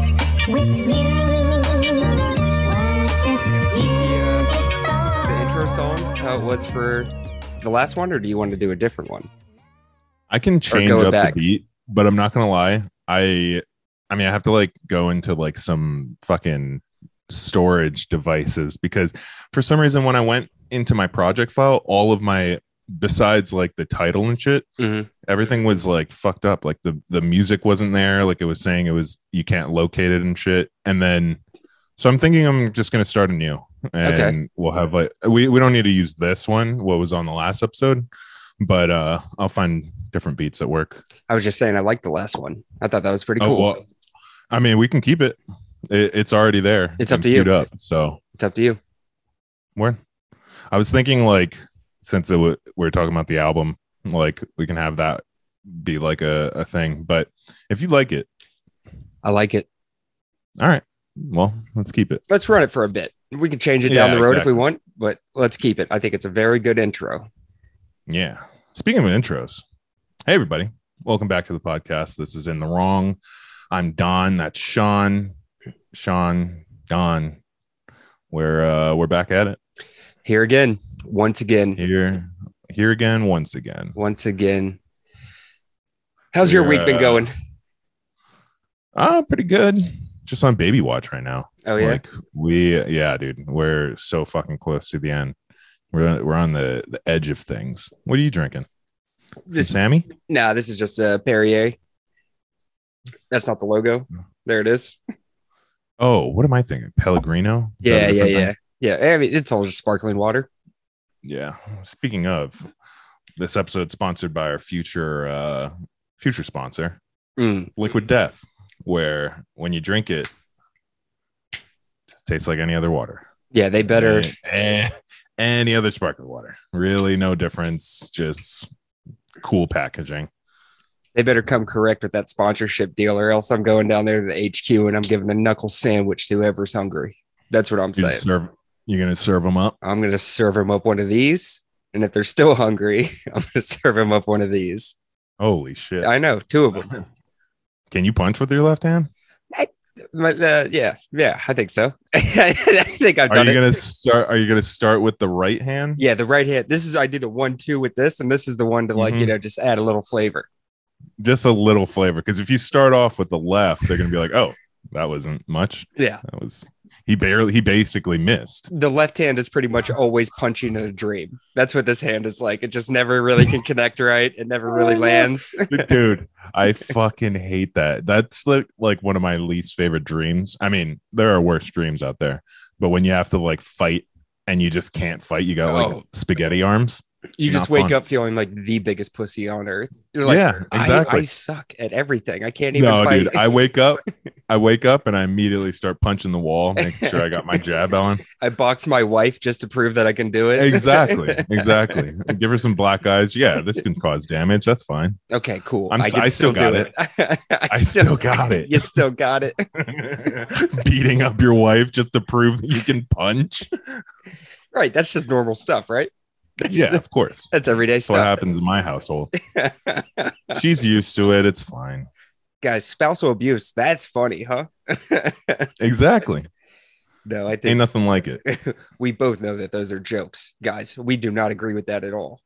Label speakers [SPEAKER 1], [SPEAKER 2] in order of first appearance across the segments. [SPEAKER 1] with you. What is beautiful?
[SPEAKER 2] the intro song how it was for the last one, or do you want to do a different one?
[SPEAKER 3] I can change
[SPEAKER 2] go
[SPEAKER 3] up
[SPEAKER 2] back.
[SPEAKER 3] the beat, but I'm not gonna lie. I I mean I have to like go into like some fucking storage devices because for some reason when I went into my project file, all of my besides like the title and shit,
[SPEAKER 2] Mhm.
[SPEAKER 3] everything was like fucked up. Like the the music wasn't there, like it was saying it was you can't locate it and shit. And then so I'm thinking I'm just gonna start anew. And
[SPEAKER 2] Okay.
[SPEAKER 3] we'll have like we, we don't need to use this one, what was on the last episode but uh i'll find different beats at work
[SPEAKER 2] I was just saying I liked the last one. I thought that was pretty cool.
[SPEAKER 3] oh well i mean we can keep it, it it's already there
[SPEAKER 2] It's up
[SPEAKER 3] and
[SPEAKER 2] to you.
[SPEAKER 3] queued up, so
[SPEAKER 2] it's up to you.
[SPEAKER 3] where i was thinking like since it w- we're talking about the album like we can have that be like a, a thing but if you like it
[SPEAKER 2] I like it.
[SPEAKER 3] all right well let's keep it
[SPEAKER 2] Let's run it for a bit. We can change it down
[SPEAKER 3] Yeah,
[SPEAKER 2] the road
[SPEAKER 3] exactly.
[SPEAKER 2] if we want, but let's keep it. I think it's a very good intro.
[SPEAKER 3] Yeah. Speaking of intros, hey everybody, welcome back to the podcast. This is in the wrong. I'm Don. That's Sean. Sean. Don. We're uh, we're back at it
[SPEAKER 2] Here again, once again,
[SPEAKER 3] here here again once again.
[SPEAKER 2] once again. How's your
[SPEAKER 3] We're,
[SPEAKER 2] week been
[SPEAKER 3] uh,
[SPEAKER 2] going?
[SPEAKER 3] Ah, pretty good. Just on baby watch right now.
[SPEAKER 2] Oh yeah,
[SPEAKER 3] Like we yeah, dude. We're so fucking close to the end. We're we're on the the edge of things. What are you drinking?
[SPEAKER 2] this,
[SPEAKER 3] Sammy?
[SPEAKER 2] nah, this is just a Perrier. That's not the logo. There it is.
[SPEAKER 3] Oh, what am I thinking? Pellegrino? Is that a
[SPEAKER 2] Yeah, yeah,
[SPEAKER 3] different thing?
[SPEAKER 2] yeah, yeah. I mean, it's all just sparkling water.
[SPEAKER 3] Yeah. Speaking of, this episode sponsored by our future uh future sponsor,
[SPEAKER 2] Mm,
[SPEAKER 3] Liquid Death, where when you drink it, it just tastes like any other water.
[SPEAKER 2] Yeah, they better.
[SPEAKER 3] Eh, eh, any other sparkling water. Really no difference, just cool packaging.
[SPEAKER 2] they better come correct with that sponsorship deal, or else I'm going down there to the HQ and I'm giving a knuckle sandwich to whoever's hungry. That's what I'm
[SPEAKER 3] You
[SPEAKER 2] saying.
[SPEAKER 3] serve, you're gonna serve them up.
[SPEAKER 2] I'm gonna serve them up one of these, and if they're still hungry, I'm gonna serve them up one of these.
[SPEAKER 3] Holy shit.
[SPEAKER 2] I know two of them.
[SPEAKER 3] Can you punch with your left hand?
[SPEAKER 2] But, uh, yeah, yeah, I think so. I think I've
[SPEAKER 3] Are
[SPEAKER 2] done
[SPEAKER 3] you
[SPEAKER 2] it.
[SPEAKER 3] gonna start are you gonna start with the right hand?
[SPEAKER 2] yeah, the right hand. This is I do the one two with this, and this is the one to like you
[SPEAKER 3] Mhm.
[SPEAKER 2] know just add a little flavor.
[SPEAKER 3] just a little flavor because if you start off with the left they're gonna be like oh that wasn't much
[SPEAKER 2] Yeah,
[SPEAKER 3] that was he barely he basically missed
[SPEAKER 2] the left hand is pretty much always punching in a dream. That's what this hand is like. It just never really can connect right. It never really lands.
[SPEAKER 3] dude i fucking hate that that's like like one of my least favorite dreams i mean there are worse dreams out there but when you have to like fight and you just can't fight you got like
[SPEAKER 2] Oh.
[SPEAKER 3] spaghetti arms
[SPEAKER 2] You just
[SPEAKER 3] Not
[SPEAKER 2] wake
[SPEAKER 3] fun.
[SPEAKER 2] up feeling like the biggest pussy on earth. You're like,
[SPEAKER 3] yeah
[SPEAKER 2] I,
[SPEAKER 3] exactly
[SPEAKER 2] I suck at everything. I can't even
[SPEAKER 3] no
[SPEAKER 2] fight.
[SPEAKER 3] dude i wake up i wake up and i immediately start punching the wall making sure i got my jab on
[SPEAKER 2] I boxed my wife just to prove that I can do it.
[SPEAKER 3] exactly exactly give her some black eyes yeah this can cause damage that's fine
[SPEAKER 2] okay, cool.
[SPEAKER 3] I'm s- I still got it.
[SPEAKER 2] I,
[SPEAKER 3] i still got it
[SPEAKER 2] You still got it.
[SPEAKER 3] beating up your wife just to prove that you can punch
[SPEAKER 2] Right. That's just normal stuff, right? That's,
[SPEAKER 3] yeah of course
[SPEAKER 2] That's everyday
[SPEAKER 3] that's what
[SPEAKER 2] stuff.
[SPEAKER 3] happens in my household she's used to it it's fine
[SPEAKER 2] Guys, spousal abuse. That's funny, huh?
[SPEAKER 3] exactly
[SPEAKER 2] No, I
[SPEAKER 3] ain't
[SPEAKER 2] think
[SPEAKER 3] nothing like it
[SPEAKER 2] we both know that those are jokes, guys. We do not agree with that at all.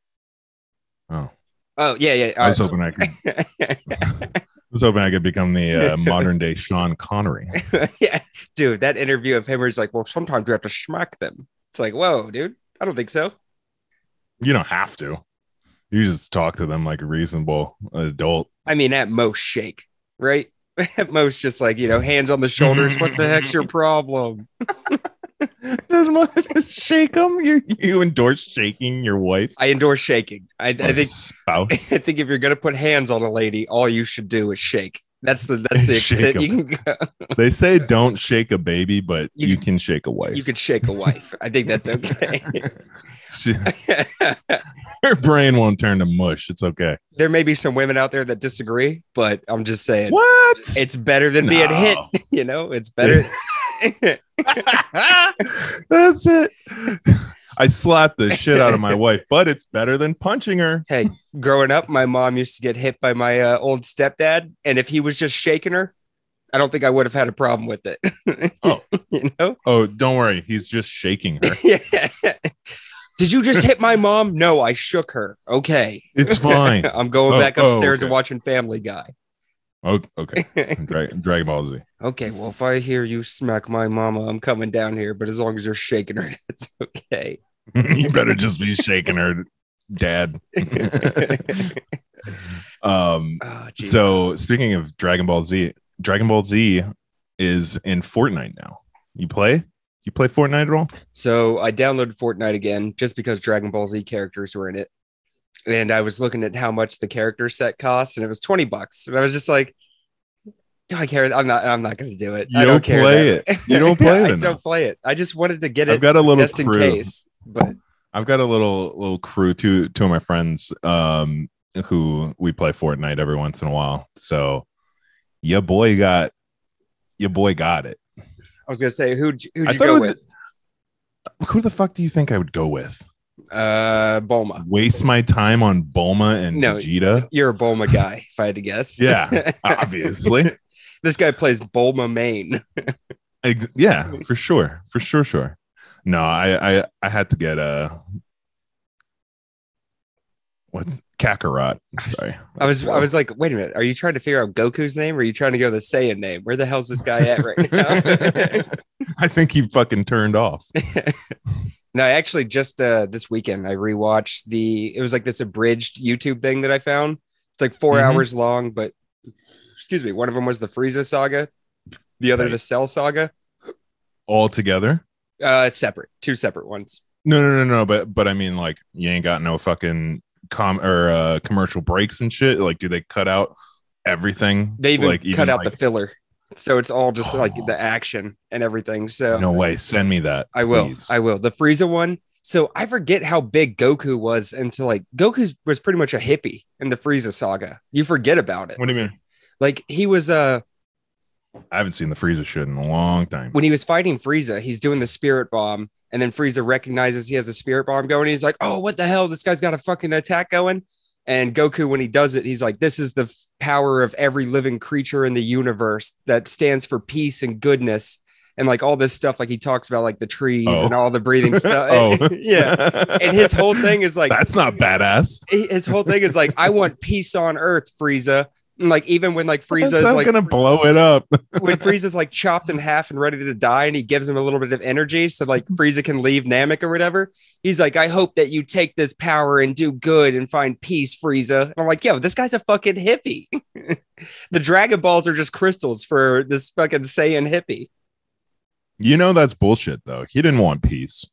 [SPEAKER 3] oh
[SPEAKER 2] Oh, yeah, yeah.
[SPEAKER 3] i was hoping i could
[SPEAKER 2] I-
[SPEAKER 3] I was hoping I could become the uh, modern day Sean Connery.
[SPEAKER 2] yeah, dude, that interview of him where he's like, "Well, sometimes you have to smack them." It's like, whoa, dude, I don't think so.
[SPEAKER 3] You don't have to. You just talk to them like a reasonable adult.
[SPEAKER 2] I mean, at most, shake, right? At most, just like you know, hands on the shoulders. what the heck's your problem?
[SPEAKER 3] Does much shake them? You you endorse shaking your wife?
[SPEAKER 2] I endorse shaking. I, I
[SPEAKER 3] or
[SPEAKER 2] think
[SPEAKER 3] spouse.
[SPEAKER 2] I think if you're gonna put hands on a lady, all you should do is shake. That's the that's the extent
[SPEAKER 3] Shake 'em.
[SPEAKER 2] you can go.
[SPEAKER 3] They say don't shake a baby, but
[SPEAKER 2] You
[SPEAKER 3] you,
[SPEAKER 2] can-
[SPEAKER 3] can shake a wife.
[SPEAKER 2] you can shake a wife. I think that's okay.
[SPEAKER 3] She- her brain won't turn to mush. It's okay.
[SPEAKER 2] there may be some women out there that disagree, but I'm just saying
[SPEAKER 3] What?
[SPEAKER 2] it's better than being hit.
[SPEAKER 3] No.
[SPEAKER 2] You know, it's better.
[SPEAKER 3] That's it. I slapped the shit out of my wife, but it's better than punching her.
[SPEAKER 2] hey, growing up, my mom used to get hit by my uh, old stepdad, and if he was just shaking her, I don't think I would have had a problem with it.
[SPEAKER 3] Oh.
[SPEAKER 2] you know?
[SPEAKER 3] Oh, don't worry. He's just shaking her.
[SPEAKER 2] Yeah. Did you just hit my mom? No, I shook her. Okay.
[SPEAKER 3] It's fine.
[SPEAKER 2] I'm going
[SPEAKER 3] Oh,
[SPEAKER 2] back
[SPEAKER 3] oh,
[SPEAKER 2] upstairs and
[SPEAKER 3] okay.
[SPEAKER 2] watching Family Guy.
[SPEAKER 3] Oh, okay. Dra- Dragon Ball Z.
[SPEAKER 2] Okay, well, if I hear you smack my mama, I'm coming down here, but as long as you're shaking her, that's okay.
[SPEAKER 3] you better just be shaking her, Dad. um.
[SPEAKER 2] Oh, Jesus.
[SPEAKER 3] So speaking of Dragon Ball Z, Dragon Ball Z is in Fortnite now. You play? You play Fortnite at all?
[SPEAKER 2] So I downloaded Fortnite again just because Dragon Ball Z characters were in it. And I was looking at how much the character set costs, and it was 20 bucks. And I was just like, do I care? I'm not I'm not gonna do it.
[SPEAKER 3] You
[SPEAKER 2] I don't,
[SPEAKER 3] don't
[SPEAKER 2] care.
[SPEAKER 3] play
[SPEAKER 2] that-
[SPEAKER 3] You don't play it
[SPEAKER 2] I
[SPEAKER 3] enough.
[SPEAKER 2] don't play it. I just wanted to get
[SPEAKER 3] I've
[SPEAKER 2] it
[SPEAKER 3] got a little
[SPEAKER 2] just in
[SPEAKER 3] crew.
[SPEAKER 2] case. But
[SPEAKER 3] I've got a little little crew. Two two of my friends, um, who we play Fortnite every once in a while. So, your boy got, your boy got it.
[SPEAKER 2] I was gonna say who who'd
[SPEAKER 3] I
[SPEAKER 2] you
[SPEAKER 3] thought
[SPEAKER 2] go
[SPEAKER 3] it was-
[SPEAKER 2] with?
[SPEAKER 3] Who the fuck do you think I would go with?
[SPEAKER 2] Uh Bulma.
[SPEAKER 3] Waste my time on Bulma and
[SPEAKER 2] No.
[SPEAKER 3] Vegeta?
[SPEAKER 2] You're a Bulma guy, if I had to guess.
[SPEAKER 3] Yeah, obviously.
[SPEAKER 2] this guy plays Bulma main.
[SPEAKER 3] Ex- yeah, for sure, for sure, sure. No, I I I had to get uh what Kakarot. Sorry,
[SPEAKER 2] I was I was like, wait a minute, are you trying to figure out Goku's name or are you trying to go the Saiyan name? Where the hell's this guy at right now?
[SPEAKER 3] I think he fucking turned off.
[SPEAKER 2] no, I actually just uh this weekend I rewatched the it was like this abridged YouTube thing that I found. It's like 4
[SPEAKER 3] Mhm.
[SPEAKER 2] hours long, but excuse me, one of them was the Frieza saga, the other
[SPEAKER 3] Right.
[SPEAKER 2] the Cell saga.
[SPEAKER 3] all together.
[SPEAKER 2] Uh separate, two separate ones.
[SPEAKER 3] No, no, no, no. But but I mean, like, you ain't got no fucking com or uh, commercial breaks and shit. Like, do they cut out everything?
[SPEAKER 2] They even
[SPEAKER 3] like,
[SPEAKER 2] cut out the filler. So it's all just like
[SPEAKER 3] Oh.
[SPEAKER 2] the action and everything. So
[SPEAKER 3] no way. Send me that.
[SPEAKER 2] I will.
[SPEAKER 3] please.
[SPEAKER 2] I will. The Frieza one. So I forget how big Goku was until like Goku was pretty much a hippie in the Frieza saga. You forget about it.
[SPEAKER 3] what do you mean?
[SPEAKER 2] Like he was uh
[SPEAKER 3] I haven't seen the Frieza shit in a long time.
[SPEAKER 2] when he was fighting Frieza, he's doing the spirit bomb, and then Frieza recognizes he has a spirit bomb going. He's like, "Oh, what the hell? This guy's got a fucking attack going." And Goku, when he does it, he's like, "This is the f- power of every living creature in the universe that stands for peace and goodness." And like all this stuff, like he talks about like the trees
[SPEAKER 3] Oh.
[SPEAKER 2] and all the breathing stuff.
[SPEAKER 3] Oh.
[SPEAKER 2] yeah. And his whole thing is like
[SPEAKER 3] that's not badass.
[SPEAKER 2] he- his whole thing is like, I want peace on earth, Frieza. And like even when like Frieza is
[SPEAKER 3] I'm
[SPEAKER 2] like
[SPEAKER 3] gonna blow it up.
[SPEAKER 2] when Frieza's like chopped in half and ready to die, and he gives him a little bit of energy so like Frieza can leave Namek or whatever. He's like, I hope that you take this power and do good and find peace, Frieza. And I'm like, yo, this guy's a fucking hippie. the Dragon Balls are just crystals for this fucking Saiyan hippie.
[SPEAKER 3] You know that's bullshit though. He didn't want peace.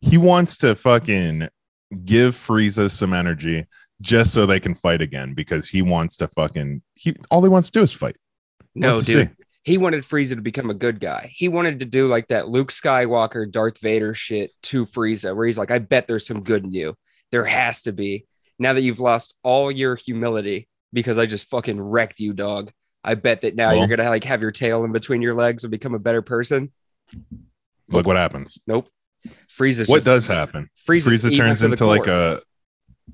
[SPEAKER 3] He wants to fucking give Frieza some energy just so they can fight again because he wants to fucking he all he wants to do is fight. He
[SPEAKER 2] No,
[SPEAKER 3] wants to
[SPEAKER 2] dude.
[SPEAKER 3] see.
[SPEAKER 2] He wanted Frieza to become a good guy. He wanted to do like that Luke Skywalker, Darth Vader shit to Frieza, where he's like, I bet there's some good in you. There has to be. Now that you've lost all your humility because I just fucking wrecked you, dog. I bet that now
[SPEAKER 3] Well-
[SPEAKER 2] you're gonna like have your tail in between your legs and become a better person.
[SPEAKER 3] Look what happens.
[SPEAKER 2] Frieza's
[SPEAKER 3] what
[SPEAKER 2] just,
[SPEAKER 3] does happen?
[SPEAKER 2] Frieza's
[SPEAKER 3] Frieza
[SPEAKER 2] evil
[SPEAKER 3] turns
[SPEAKER 2] to the
[SPEAKER 3] into like
[SPEAKER 2] core.
[SPEAKER 3] a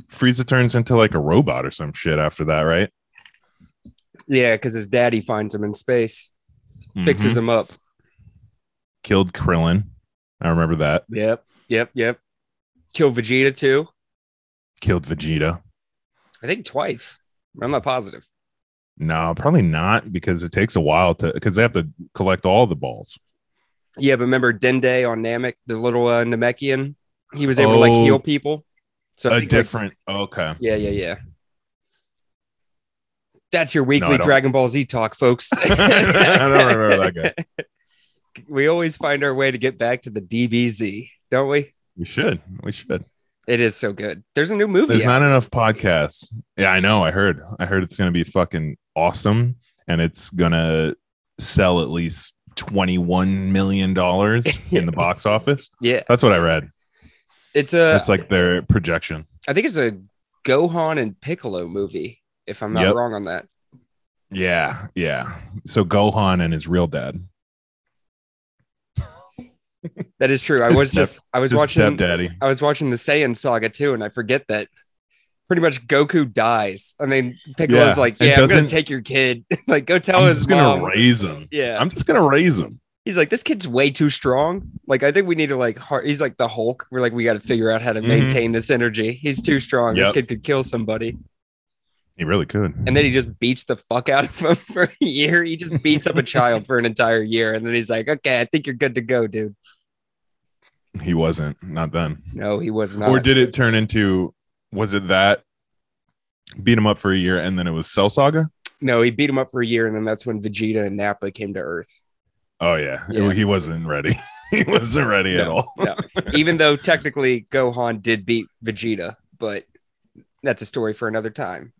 [SPEAKER 3] Frieza turns into like a robot or some shit after that, right?
[SPEAKER 2] yeah, because his daddy finds him in space, fixes
[SPEAKER 3] Mhm.
[SPEAKER 2] him up.
[SPEAKER 3] killed Krillin. I remember that.
[SPEAKER 2] Yep, yep, yep. Kill Vegeta too.
[SPEAKER 3] Killed Vegeta.
[SPEAKER 2] I think twice. I'm not positive.
[SPEAKER 3] No, probably not because it takes a while to because they have to collect all the balls.
[SPEAKER 2] Yeah, but remember Dende on Namek, the little uh, Namekian? He was able to like
[SPEAKER 3] Oh.
[SPEAKER 2] heal people. So I
[SPEAKER 3] a
[SPEAKER 2] think, like-
[SPEAKER 3] different okay.
[SPEAKER 2] yeah, yeah, yeah. That's your weekly
[SPEAKER 3] don't.
[SPEAKER 2] Dragon Ball Z talk, folks.
[SPEAKER 3] I don't remember that guy.
[SPEAKER 2] we always find our way to get back to the DBZ, don't we?
[SPEAKER 3] We should. We should.
[SPEAKER 2] It is so good. There's a new movie.
[SPEAKER 3] There's
[SPEAKER 2] out.
[SPEAKER 3] not enough podcasts. Yeah, I know. I heard. I heard it's gonna be fucking awesome and it's gonna sell at least twenty-one million dollars in the box office.
[SPEAKER 2] yeah,
[SPEAKER 3] That's what I read.
[SPEAKER 2] it's a.
[SPEAKER 3] That's like their projection.
[SPEAKER 2] I think it's a Gohan and Piccolo movie. If I'm not
[SPEAKER 3] Yep.
[SPEAKER 2] wrong on that.
[SPEAKER 3] Yeah, yeah. So Gohan and his real dad.
[SPEAKER 2] That is true. I
[SPEAKER 3] His
[SPEAKER 2] was
[SPEAKER 3] step-
[SPEAKER 2] just I was
[SPEAKER 3] his
[SPEAKER 2] watching
[SPEAKER 3] stepdaddy.
[SPEAKER 2] I was watching the Saiyan saga too, and I forget that pretty much Goku dies. I mean, Piccolo's
[SPEAKER 3] Yeah,
[SPEAKER 2] like,
[SPEAKER 3] and
[SPEAKER 2] "Yeah, I'm gonna
[SPEAKER 3] doesn't-
[SPEAKER 2] take your kid. like, go tell
[SPEAKER 3] I'm
[SPEAKER 2] his
[SPEAKER 3] just gonna
[SPEAKER 2] mom."
[SPEAKER 3] raise him.
[SPEAKER 2] yeah,
[SPEAKER 3] I'm just gonna raise him.
[SPEAKER 2] he's like, "This kid's way too strong. Like, I think we need to like." Hard- he's like the Hulk. We're like, we got to figure out how to
[SPEAKER 3] Mhm.
[SPEAKER 2] maintain this energy. He's too strong. This
[SPEAKER 3] Yep.
[SPEAKER 2] kid could kill somebody.
[SPEAKER 3] He really could.
[SPEAKER 2] And then he just beats the fuck out of him for a year. He just beats up a child for an entire year, and then he's like, "Okay, I think you're good to go, dude."
[SPEAKER 3] he wasn't. Not then.
[SPEAKER 2] No, he was not.
[SPEAKER 3] Or did it turn into? Was it that? Beat him up for a year, and then it was Cell Saga.
[SPEAKER 2] No, he beat him up for a year, and then that's when Vegeta and Nappa came to Earth.
[SPEAKER 3] Oh yeah, It-
[SPEAKER 2] Yeah.
[SPEAKER 3] he wasn't ready. he wasn't ready at
[SPEAKER 2] No.
[SPEAKER 3] all.
[SPEAKER 2] even though technically Gohan did beat Vegeta, but that's a story for another time.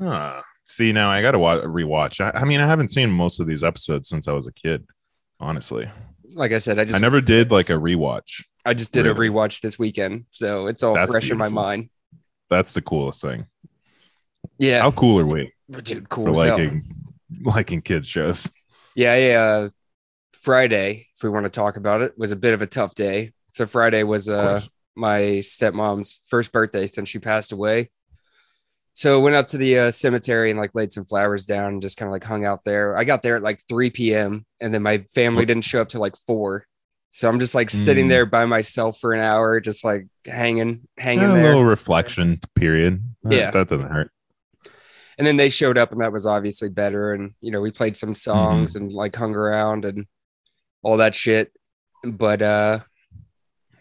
[SPEAKER 3] Huh. See, now I gotta wa- rewatch. I, I mean, I haven't seen most of these episodes since I was a kid. Honestly,
[SPEAKER 2] Like I said, I just
[SPEAKER 3] I never did like a rewatch.
[SPEAKER 2] I just did
[SPEAKER 3] Really?
[SPEAKER 2] a rewatch this weekend, so it's all
[SPEAKER 3] That's
[SPEAKER 2] fresh in my
[SPEAKER 3] beautiful.
[SPEAKER 2] mind.
[SPEAKER 3] That's the coolest thing.
[SPEAKER 2] Yeah,
[SPEAKER 3] How cool are we
[SPEAKER 2] dude,
[SPEAKER 3] for
[SPEAKER 2] cool. as hell.
[SPEAKER 3] liking liking kids shows?
[SPEAKER 2] yeah, yeah. uh, Friday, if we want to talk about it, was a bit of a tough day. So Friday was
[SPEAKER 3] Of
[SPEAKER 2] uh,
[SPEAKER 3] course.
[SPEAKER 2] my stepmom's first birthday since she passed away. So I went out to the uh, cemetery and like laid some flowers down and just kind of like hung out there. I got there at like 3 p.m. and then my family didn't show up till like four. So I'm just like sitting
[SPEAKER 3] Mm.
[SPEAKER 2] there by myself for an hour, just like hanging, hanging
[SPEAKER 3] Yeah, a
[SPEAKER 2] there.
[SPEAKER 3] little reflection period. That-
[SPEAKER 2] Yeah.
[SPEAKER 3] that doesn't hurt.
[SPEAKER 2] and then they showed up and that was obviously better and you know we played some
[SPEAKER 3] Mm-hmm.
[SPEAKER 2] songs and like hung around and all that shit but uh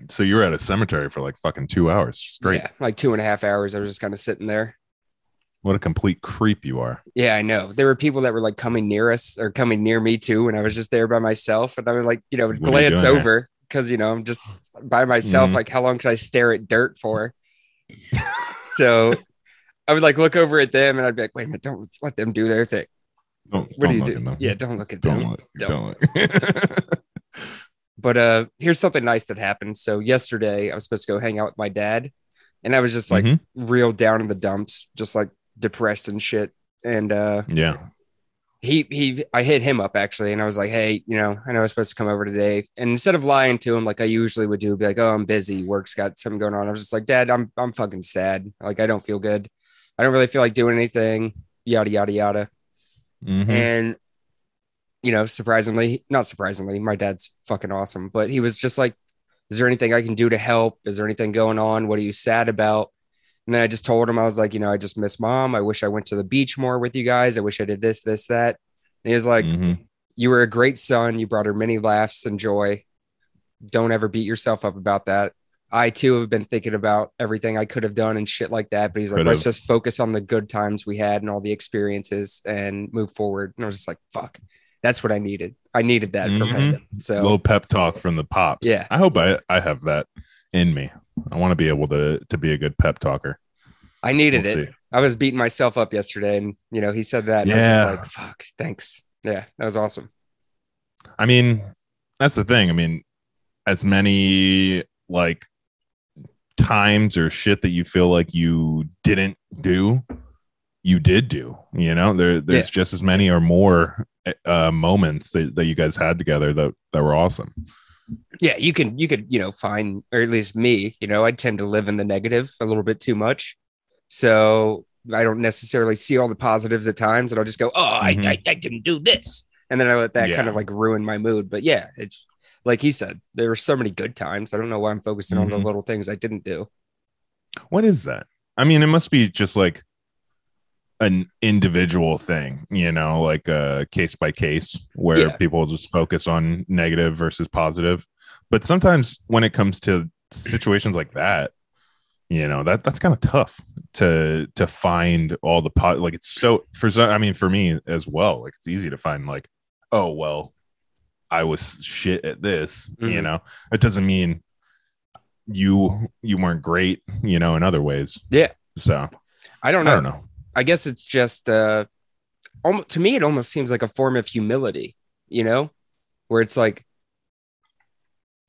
[SPEAKER 3] So you were at a cemetery for like fucking two hours straight.
[SPEAKER 2] yeah, like two and a half hours i was just kind of sitting there
[SPEAKER 3] What a complete creep you are.
[SPEAKER 2] yeah i know there were people that were like coming near us or coming near me too and i was just there by myself and i would like you know
[SPEAKER 3] What are you
[SPEAKER 2] glance
[SPEAKER 3] doing there?
[SPEAKER 2] over because you know i'm just by myself
[SPEAKER 3] Mhm.
[SPEAKER 2] like how long could i stare at dirt for so i would like look over at them and i'd be like wait a minute don't let them do their thing
[SPEAKER 3] Don't,
[SPEAKER 2] what
[SPEAKER 3] don't
[SPEAKER 2] do you
[SPEAKER 3] look
[SPEAKER 2] do
[SPEAKER 3] at them.
[SPEAKER 2] yeah don't look at
[SPEAKER 3] Don't
[SPEAKER 2] them
[SPEAKER 3] look.
[SPEAKER 2] Don't.
[SPEAKER 3] Don't look.
[SPEAKER 2] But uh here's something nice that happened. So yesterday I was supposed to go hang out with my dad and I was just like
[SPEAKER 3] Mhm.
[SPEAKER 2] real down in the dumps, just like depressed and shit. And uh
[SPEAKER 3] yeah.
[SPEAKER 2] he he I hit him up actually and I was like, Hey, you know, I know I was supposed to come over today. And instead of lying to him like I usually would do, be like, Oh, I'm busy, work's got something going on. I was just like, Dad, I'm I'm fucking sad. Like I don't feel good. I don't really feel like doing anything, yada yada yada
[SPEAKER 3] Mhm.
[SPEAKER 2] and you know surprisingly not surprisingly my dad's fucking awesome but he was just like is there anything i can do to help is there anything going on what are you sad about and then i just told him i was like you know i just miss mom i wish i went to the beach more with you guys i wish i did this this that and he was like
[SPEAKER 3] Mhm.
[SPEAKER 2] you were a great son you brought her many laughs and joy don't ever beat yourself up about that i too have been thinking about everything i could have done and shit like that but he's like
[SPEAKER 3] Could
[SPEAKER 2] let's
[SPEAKER 3] have.
[SPEAKER 2] just focus on the good times we had and all the experiences and move forward and i was just like fuck that's what i needed i needed that from
[SPEAKER 3] Mm-hmm.
[SPEAKER 2] him so
[SPEAKER 3] little pep talk from the pops.
[SPEAKER 2] Yeah.
[SPEAKER 3] I hope I, I have that in me. I want to be able to to be a good pep talker.
[SPEAKER 2] i needed
[SPEAKER 3] We'll
[SPEAKER 2] it
[SPEAKER 3] see.
[SPEAKER 2] i was beating myself up yesterday and you know he said that and i
[SPEAKER 3] Yeah.
[SPEAKER 2] was just like fuck thanks yeah that was awesome
[SPEAKER 3] I mean, that's the thing. I mean, as many like times or shit that you feel like you didn't do, you did do. You know, there there's just as many or more uh, moments that, that you guys had together that that were awesome.
[SPEAKER 2] yeah you can you could you know find or at least me you know i tend to live in the negative a little bit too much so i don't necessarily see all the positives at times and i'll just go oh
[SPEAKER 3] Mhm.
[SPEAKER 2] I, I, I didn't do this and then i let that
[SPEAKER 3] Yeah.
[SPEAKER 2] kind of like ruin my mood but yeah it's like he said there were so many good times i don't know why i'm focusing on
[SPEAKER 3] Mhm.
[SPEAKER 2] the little things i didn't do
[SPEAKER 3] What is that? I mean, it must be just like an individual thing, you know, like a case by case where
[SPEAKER 2] Yeah.
[SPEAKER 3] people just focus on negative versus positive. But sometimes when it comes to situations like that, you know, that that's kind of tough to to find all the pot like it's so for some I mean for me as well, like it's easy to find like, oh well, I was shit at this, you
[SPEAKER 2] Mhm.
[SPEAKER 3] know. It doesn't mean you you weren't great, you know, in other ways.
[SPEAKER 2] Yeah.
[SPEAKER 3] So
[SPEAKER 2] i don't
[SPEAKER 3] I
[SPEAKER 2] know i,
[SPEAKER 3] don't know.
[SPEAKER 2] guess it's just uh almost, to me it almost seems like a form of humility you know where it's like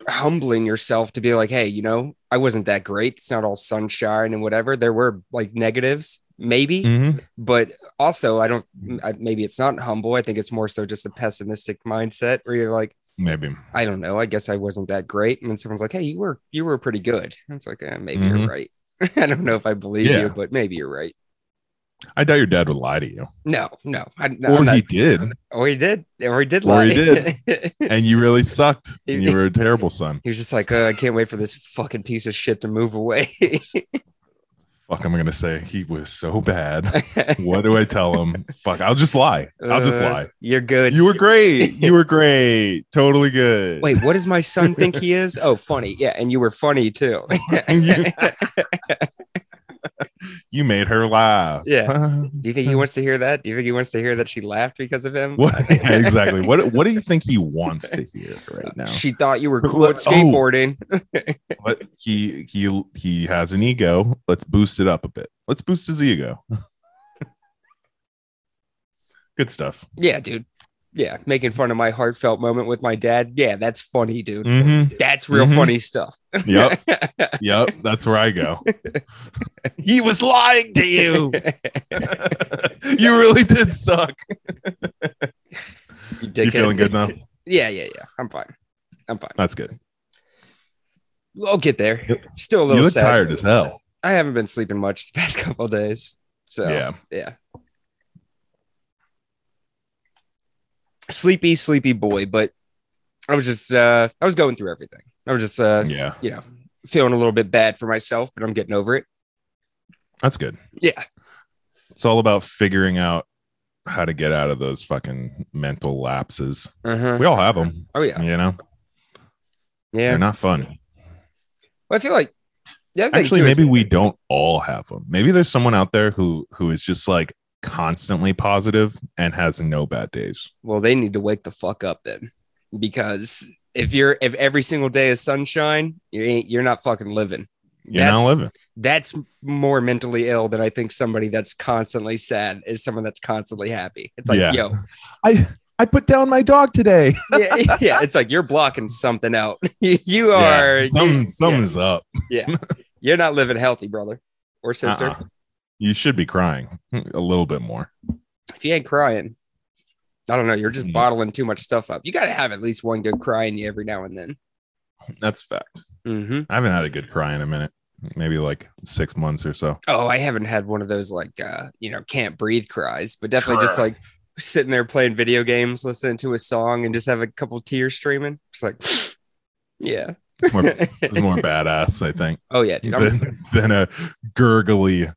[SPEAKER 2] humbling yourself to be like, hey, you know, I wasn't that great. It's not all sunshine and whatever. There were like negatives, maybe,
[SPEAKER 3] Mhm.
[SPEAKER 2] but also I don't. I, maybe it's not humble. I think it's more so just a pessimistic mindset where you're like,
[SPEAKER 3] Maybe.
[SPEAKER 2] I don't know. I guess I wasn't that great. And then someone's like, hey, you were you were pretty good. And it's like, eh, maybe you're
[SPEAKER 3] Mhm.
[SPEAKER 2] right. I don't know if I believe
[SPEAKER 3] Yeah.
[SPEAKER 2] you, but maybe you're right.
[SPEAKER 3] I doubt your dad would lie to you.
[SPEAKER 2] No, no, I, no,
[SPEAKER 3] or
[SPEAKER 2] I'm not-
[SPEAKER 3] he did,
[SPEAKER 2] or he did, or he did,
[SPEAKER 3] Or he
[SPEAKER 2] lie.
[SPEAKER 3] and you really sucked. and you were a terrible son.
[SPEAKER 2] he was just like, oh, I can't wait for this fucking piece of shit to move away.
[SPEAKER 3] Fuck, I'm gonna say he was so bad. What do I tell him? Fuck, I'll just lie. I'll just
[SPEAKER 2] Uh,
[SPEAKER 3] lie.
[SPEAKER 2] You're good.
[SPEAKER 3] You were great. You were great. Totally good.
[SPEAKER 2] Wait, what does my son think he is? Oh, funny. Yeah, and you were funny too.
[SPEAKER 3] you, you made her laugh.
[SPEAKER 2] Yeah. Do you think he wants to hear that? Do you think he wants to hear that she laughed because of him?
[SPEAKER 3] what yeah, exactly? What What do you think he wants to hear right now? Oh.
[SPEAKER 2] She thought you were
[SPEAKER 3] But
[SPEAKER 2] cool
[SPEAKER 3] let-
[SPEAKER 2] at skateboarding.
[SPEAKER 3] What, he he he has an ego. Let's boost it up a bit. Let's boost his ego. Good stuff.
[SPEAKER 2] Yeah, dude. Yeah, making fun of my heartfelt moment with my dad. Yeah, that's funny, dude.
[SPEAKER 3] hmm
[SPEAKER 2] That's real
[SPEAKER 3] Mhm.
[SPEAKER 2] funny stuff.
[SPEAKER 3] Yep. Yep. That's where I go. he was lying to you. you really did suck.
[SPEAKER 2] You,
[SPEAKER 3] You
[SPEAKER 2] dickhead.
[SPEAKER 3] feeling good now?
[SPEAKER 2] Yeah, yeah, yeah. I'm fine. I'm fine.
[SPEAKER 3] That's good.
[SPEAKER 2] I'll get there.
[SPEAKER 3] Yep.
[SPEAKER 2] Still a
[SPEAKER 3] You
[SPEAKER 2] little
[SPEAKER 3] look
[SPEAKER 2] sad.
[SPEAKER 3] tired as hell.
[SPEAKER 2] I haven't been sleeping much the past couple days. So yeah.
[SPEAKER 3] Yeah.
[SPEAKER 2] Sleepy, sleepy boy, but I was just uh I was going through everything. I was just uh
[SPEAKER 3] Yeah.
[SPEAKER 2] you know, feeling a little bit bad for myself, but I'm getting over it.
[SPEAKER 3] That's good.
[SPEAKER 2] Yeah.
[SPEAKER 3] It's all about figuring out how to get out of those fucking mental lapses.
[SPEAKER 2] Uh-huh.
[SPEAKER 3] We all have them,
[SPEAKER 2] Oh yeah.
[SPEAKER 3] you know?
[SPEAKER 2] Yeah.
[SPEAKER 3] They're not fun.
[SPEAKER 2] Well, I feel like the other thing
[SPEAKER 3] Actually,
[SPEAKER 2] too is-
[SPEAKER 3] maybe we don't all have them. Maybe there's someone out there who who is just like constantly positive and has no bad days.
[SPEAKER 2] well, they need to wake the fuck up then. Because if you're if every single day is sunshine, you ain't you're not fucking living.
[SPEAKER 3] You're
[SPEAKER 2] That's-
[SPEAKER 3] not living.
[SPEAKER 2] that's more mentally ill than I think somebody that's constantly sad is someone that's constantly happy. It's like,
[SPEAKER 3] Yeah.
[SPEAKER 2] yo,
[SPEAKER 3] I I put down my dog today.
[SPEAKER 2] yeah, yeah, it's like you're blocking something out. you
[SPEAKER 3] Yeah,
[SPEAKER 2] are
[SPEAKER 3] some
[SPEAKER 2] you,
[SPEAKER 3] something's up.
[SPEAKER 2] are not living healthy, brother or sister.
[SPEAKER 3] Uh-uh. You should be crying a little bit more.
[SPEAKER 2] If you ain't crying, I don't know, you're just
[SPEAKER 3] Mm.
[SPEAKER 2] bottling too much stuff up. You got to have at least one good cry in you every now and then.
[SPEAKER 3] That's a fact.
[SPEAKER 2] hmm
[SPEAKER 3] I haven't had a good cry in a minute. Maybe like six months or so.
[SPEAKER 2] Oh, I haven't had one of those like uh, you know, can't breathe cries, but definitely just like sitting there playing video games, listening to a song and just have a couple tears streaming. It's like yeah.
[SPEAKER 3] It's more It's more badass, I think,
[SPEAKER 2] oh yeah, dude. I'm,
[SPEAKER 3] than, than a gurgly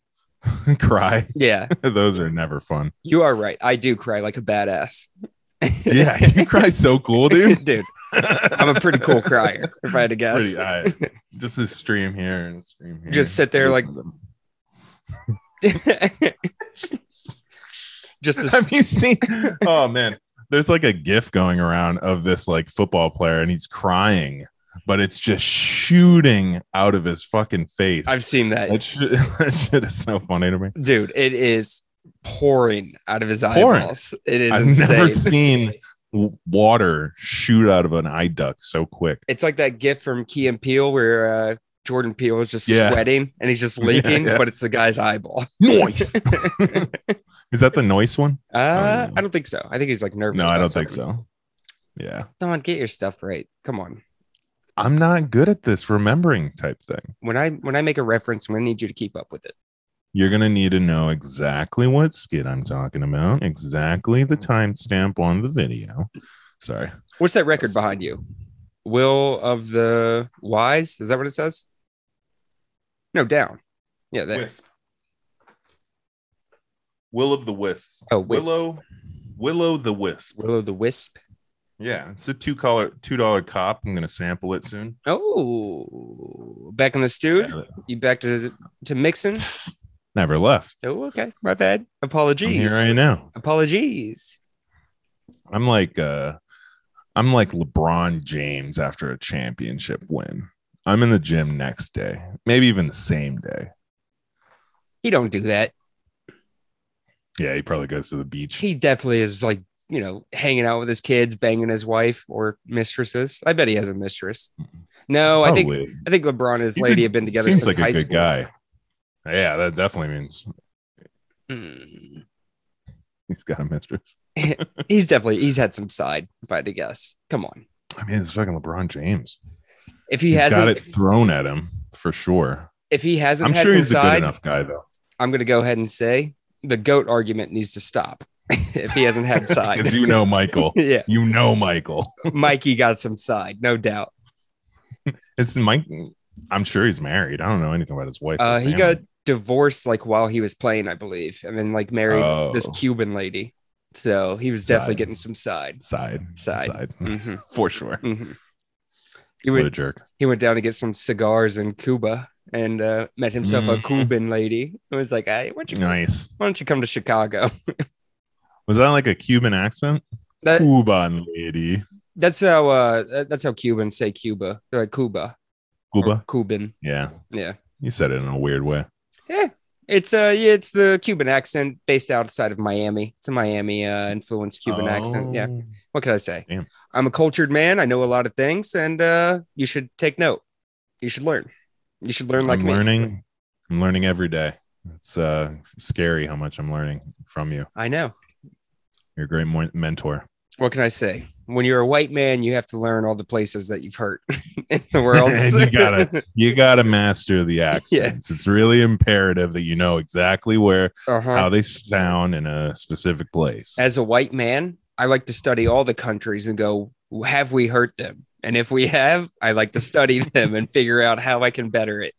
[SPEAKER 3] cry.
[SPEAKER 2] yeah,
[SPEAKER 3] Those are never fun.
[SPEAKER 2] you are right. I do cry like a badass.
[SPEAKER 3] Yeah, you cry so cool, dude.
[SPEAKER 2] dude, I'm a pretty cool crier if I had to guess.
[SPEAKER 3] Pretty- I- just this stream here and stream here.
[SPEAKER 2] Just sit there like- just as,
[SPEAKER 3] Have you seen? Oh man, there's like a GIF going around of this like football player, and he's crying, but it's just shooting out of his fucking face.
[SPEAKER 2] I've seen that.
[SPEAKER 3] that, shit, that shit is so funny to me.
[SPEAKER 2] Dude, it is pouring out of his
[SPEAKER 3] Pouring.
[SPEAKER 2] eyeballs. It is
[SPEAKER 3] I've
[SPEAKER 2] insane.
[SPEAKER 3] never seen w- water shoot out of an eye duct so quick.
[SPEAKER 2] it's like that gif from Key and Peele where uh, Jordan Peele is just
[SPEAKER 3] Yeah.
[SPEAKER 2] sweating and he's just
[SPEAKER 3] Yeah,
[SPEAKER 2] leaking,
[SPEAKER 3] yeah.
[SPEAKER 2] but it's the guy's eyeball.
[SPEAKER 3] Noise. Is that the noise one?
[SPEAKER 2] Uh,
[SPEAKER 3] Um,
[SPEAKER 2] I don't think so. I think he's like nervous.
[SPEAKER 3] No, I
[SPEAKER 2] about
[SPEAKER 3] don't think
[SPEAKER 2] something.
[SPEAKER 3] so. Yeah.
[SPEAKER 2] Don, get your stuff right. Come on.
[SPEAKER 3] I'm not good at this remembering type thing.
[SPEAKER 2] When I when I make a reference, I'm gonna need you to keep up with it.
[SPEAKER 3] You're going to need to know exactly what skit I'm talking about, exactly the timestamp on the video. Sorry.
[SPEAKER 2] What's that record behind you? Will of the Wise? Is that what it says? No, down. Yeah, there.
[SPEAKER 3] Wisp. Will of the Wisp.
[SPEAKER 2] Oh, wisp.
[SPEAKER 3] Willow. Willow the Wisp.
[SPEAKER 2] Will of the Wisp.
[SPEAKER 3] Yeah, it's a two color, two dollar cop. I'm gonna sample it soon.
[SPEAKER 2] Oh, back in the stewed. You back to to mixing?
[SPEAKER 3] Never left.
[SPEAKER 2] Oh, okay. My bad.
[SPEAKER 3] I'm
[SPEAKER 2] Apologies.
[SPEAKER 3] here right now.
[SPEAKER 2] Apologies.
[SPEAKER 3] I'm like uh I'm like LeBron James after a championship win. I'm in the gym next day, maybe even the same day.
[SPEAKER 2] He don't do that.
[SPEAKER 3] Yeah, he probably goes to the beach.
[SPEAKER 2] He definitely is like you know hanging out with his kids, banging his wife or mistresses. I bet he has a mistress. No, Oh, I think
[SPEAKER 3] Probably.
[SPEAKER 2] I think LeBron and his
[SPEAKER 3] He's a-
[SPEAKER 2] lady have been together
[SPEAKER 3] Oh, seems
[SPEAKER 2] since
[SPEAKER 3] like
[SPEAKER 2] high
[SPEAKER 3] a good
[SPEAKER 2] school.
[SPEAKER 3] guy. Yeah, that definitely means
[SPEAKER 2] Hmm.
[SPEAKER 3] he's got a mistress.
[SPEAKER 2] He's definitely he's had some side, if I had to guess. Come on.
[SPEAKER 3] I mean, it's fucking LeBron James.
[SPEAKER 2] If he
[SPEAKER 3] he's
[SPEAKER 2] hasn't
[SPEAKER 3] got it thrown at him for sure.
[SPEAKER 2] if he hasn't
[SPEAKER 3] I'm
[SPEAKER 2] had
[SPEAKER 3] sure
[SPEAKER 2] some
[SPEAKER 3] he's a good
[SPEAKER 2] side,
[SPEAKER 3] enough guy though.
[SPEAKER 2] I'm going to go ahead and say the goat argument needs to stop if he hasn't had side.
[SPEAKER 3] Because you know Michael.
[SPEAKER 2] yeah,
[SPEAKER 3] You know Michael.
[SPEAKER 2] Mikey got some side, no doubt.
[SPEAKER 3] It's Mike. I'm sure he's married. I don't know anything about his wife. or
[SPEAKER 2] Uh, he
[SPEAKER 3] family.
[SPEAKER 2] got divorced like while he was playing, I believe, and then like married
[SPEAKER 3] Oh.
[SPEAKER 2] this Cuban lady. So he was definitely
[SPEAKER 3] Side.
[SPEAKER 2] getting some side.
[SPEAKER 3] side
[SPEAKER 2] Side. Mhm,
[SPEAKER 3] for sure.
[SPEAKER 2] mhm. He
[SPEAKER 3] What a
[SPEAKER 2] went,
[SPEAKER 3] jerk.
[SPEAKER 2] he went down to get some cigars in Cuba and uh, met himself a
[SPEAKER 3] Mhm.
[SPEAKER 2] Cuban lady. It was like, hey, why don't you,
[SPEAKER 3] Nice.
[SPEAKER 2] why don't you come to Chicago?
[SPEAKER 3] Was that like a Cuban accent?
[SPEAKER 2] That,
[SPEAKER 3] Cuban lady.
[SPEAKER 2] that's how uh, that- that's how Cubans say Cuba. They're like Cuba, or
[SPEAKER 3] Cuba.
[SPEAKER 2] Cuban.
[SPEAKER 3] Yeah.
[SPEAKER 2] Yeah.
[SPEAKER 3] You said it in a weird way.
[SPEAKER 2] It's uh yeah, it's the Cuban accent based outside of Miami. It's a Miami uh influenced Cuban accent. Yeah.
[SPEAKER 3] Oh.
[SPEAKER 2] What can I say?
[SPEAKER 3] Damn.
[SPEAKER 2] I'm a cultured man. I know a lot of things and uh you should take note. You should learn. You should learn like
[SPEAKER 3] I'm
[SPEAKER 2] me.
[SPEAKER 3] learning. I'm learning every day. It's uh, scary how much I'm learning from you.
[SPEAKER 2] I know.
[SPEAKER 3] You're a great mo- mentor.
[SPEAKER 2] What can I say? When you're a white man, you have to learn all the places that you've hurt in the world.
[SPEAKER 3] You gotta- You got to master the accents. It's really imperative that you know exactly where
[SPEAKER 2] uh-huh.
[SPEAKER 3] how they sound in a specific place.
[SPEAKER 2] as a white man, I like to study all the countries and go, have we hurt them? And if we have, I like to study them and figure out how I can better it.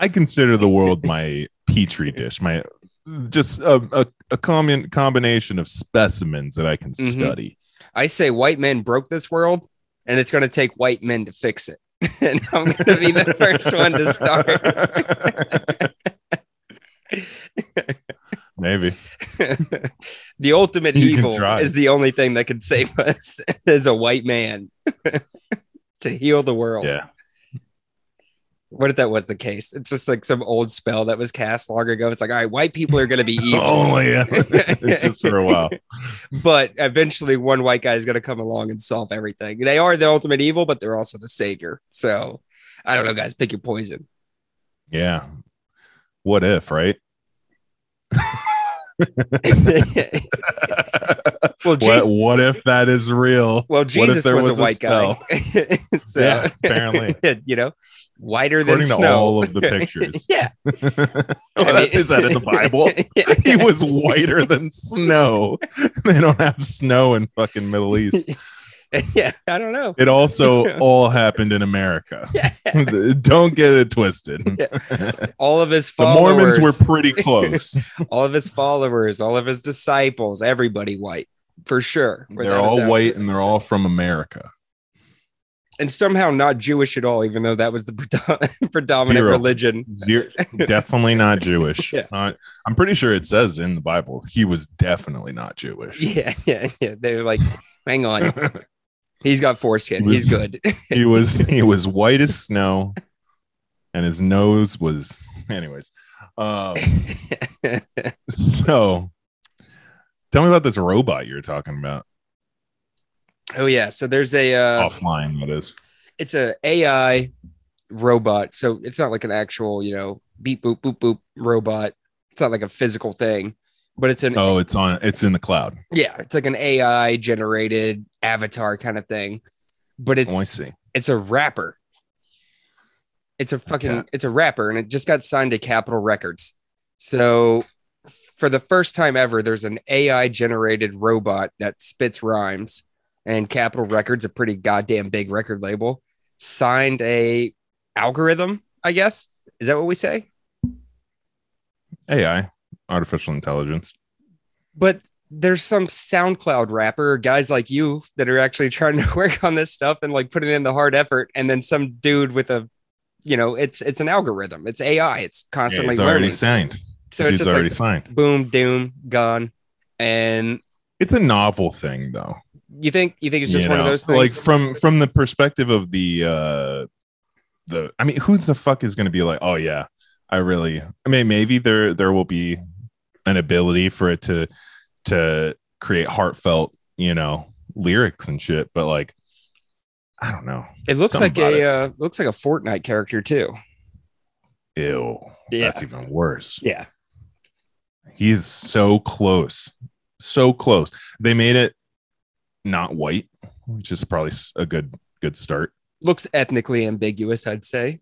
[SPEAKER 3] I consider the world my petri dish, my just a, a, a common combination of specimens that I can
[SPEAKER 2] Mhm.
[SPEAKER 3] study.
[SPEAKER 2] I say white men broke this world, and it's going to take white men to fix it. and I'm going to be the first one to start.
[SPEAKER 3] Maybe.
[SPEAKER 2] the ultimate
[SPEAKER 3] You can
[SPEAKER 2] evil
[SPEAKER 3] try.
[SPEAKER 2] is the only thing that can save us as a white man to heal the world.
[SPEAKER 3] Yeah.
[SPEAKER 2] What if that was the case? It's just like some old spell that was cast long ago. It's like, all right, white people are going to be evil.
[SPEAKER 3] Only it's Oh, just for a while.
[SPEAKER 2] but eventually one white guy is going to come along and solve everything. They are the ultimate evil, but they're also the savior. So I don't know, guys. Pick your poison.
[SPEAKER 3] Yeah. What if, right?
[SPEAKER 2] well, Jesus,
[SPEAKER 3] what, what if that is real?
[SPEAKER 2] well, Jesus
[SPEAKER 3] there
[SPEAKER 2] was,
[SPEAKER 3] was
[SPEAKER 2] a
[SPEAKER 3] a
[SPEAKER 2] white guy. so,
[SPEAKER 3] Yeah, apparently.
[SPEAKER 2] you know, whiter
[SPEAKER 3] According to
[SPEAKER 2] than snow.
[SPEAKER 3] all of the pictures.
[SPEAKER 2] yeah. I
[SPEAKER 3] Oh, that's,
[SPEAKER 2] mean-
[SPEAKER 3] is that in the Bible?
[SPEAKER 2] Yeah.
[SPEAKER 3] he was whiter than snow. They don't have snow in fucking Middle East.
[SPEAKER 2] yeah. I don't know.
[SPEAKER 3] It also all happened in America.
[SPEAKER 2] Yeah.
[SPEAKER 3] don't get it twisted.
[SPEAKER 2] Yeah. All of his
[SPEAKER 3] The
[SPEAKER 2] followers,
[SPEAKER 3] Mormons were pretty close.
[SPEAKER 2] all of his followers, all of his disciples, everybody white for sure.
[SPEAKER 3] they're
[SPEAKER 2] without a
[SPEAKER 3] all
[SPEAKER 2] doubt.
[SPEAKER 3] white and they're all from America.
[SPEAKER 2] and somehow not Jewish at all, even though that was the predom- predominant
[SPEAKER 3] Zero.
[SPEAKER 2] religion.
[SPEAKER 3] Zero, definitely not Jewish.
[SPEAKER 2] Yeah.
[SPEAKER 3] Uh, I'm pretty sure it says in the Bible he was definitely not Jewish.
[SPEAKER 2] Yeah, yeah, yeah. They were like, hang on, he's got foreskin.
[SPEAKER 3] He was-
[SPEAKER 2] He's good.
[SPEAKER 3] he was he was white as snow, and his nose was. Anyways, um, so tell me about this robot you're talking about
[SPEAKER 2] oh yeah. So there's a
[SPEAKER 3] Oh.
[SPEAKER 2] uh,
[SPEAKER 3] offline. That is.
[SPEAKER 2] it's a AI robot. So it's not like an actual, you know, beep boop boop boop robot. It's not like a physical thing, but it's an
[SPEAKER 3] Oh, it's on. It's in the cloud.
[SPEAKER 2] yeah, it's like an AI generated avatar kind of thing. But it's
[SPEAKER 3] Oh, I see.
[SPEAKER 2] it's a rapper. It's a fucking
[SPEAKER 3] Yeah.
[SPEAKER 2] it's a rapper, and it just got signed to Capitol Records. So for the first time ever, there's an AI generated robot that spits rhymes, and Capitol Records, a pretty goddamn big record label, signed a algorithm. I guess is that what we say?
[SPEAKER 3] AI, artificial intelligence.
[SPEAKER 2] But there's some SoundCloud rapper guys like you that are actually trying to work on this stuff and like putting in the hard effort, and then some dude with a you know, it's it's an algorithm. It's AI. It's
[SPEAKER 3] Yeah,
[SPEAKER 2] constantly
[SPEAKER 3] it's already
[SPEAKER 2] learning.
[SPEAKER 3] signed.
[SPEAKER 2] So
[SPEAKER 3] Dude's
[SPEAKER 2] it's just
[SPEAKER 3] already
[SPEAKER 2] like
[SPEAKER 3] signed.
[SPEAKER 2] boom, doom, gone. And
[SPEAKER 3] It's a novel thing, though.
[SPEAKER 2] you think you think it's just
[SPEAKER 3] you
[SPEAKER 2] one of
[SPEAKER 3] know?
[SPEAKER 2] those things?
[SPEAKER 3] Like from from the perspective of the uh the I mean, who the fuck is gonna be like, oh yeah, I really I mean maybe there there will be an ability for it to to create heartfelt, you know, lyrics and shit, but like I don't know.
[SPEAKER 2] it looks like
[SPEAKER 3] something
[SPEAKER 2] a uh, looks like a Fortnite character too.
[SPEAKER 3] Ew.
[SPEAKER 2] Yeah.
[SPEAKER 3] That's even worse.
[SPEAKER 2] Yeah.
[SPEAKER 3] He's so close. So close. They made it not white, which is probably s- a good good start.
[SPEAKER 2] Looks ethnically ambiguous, I'd say.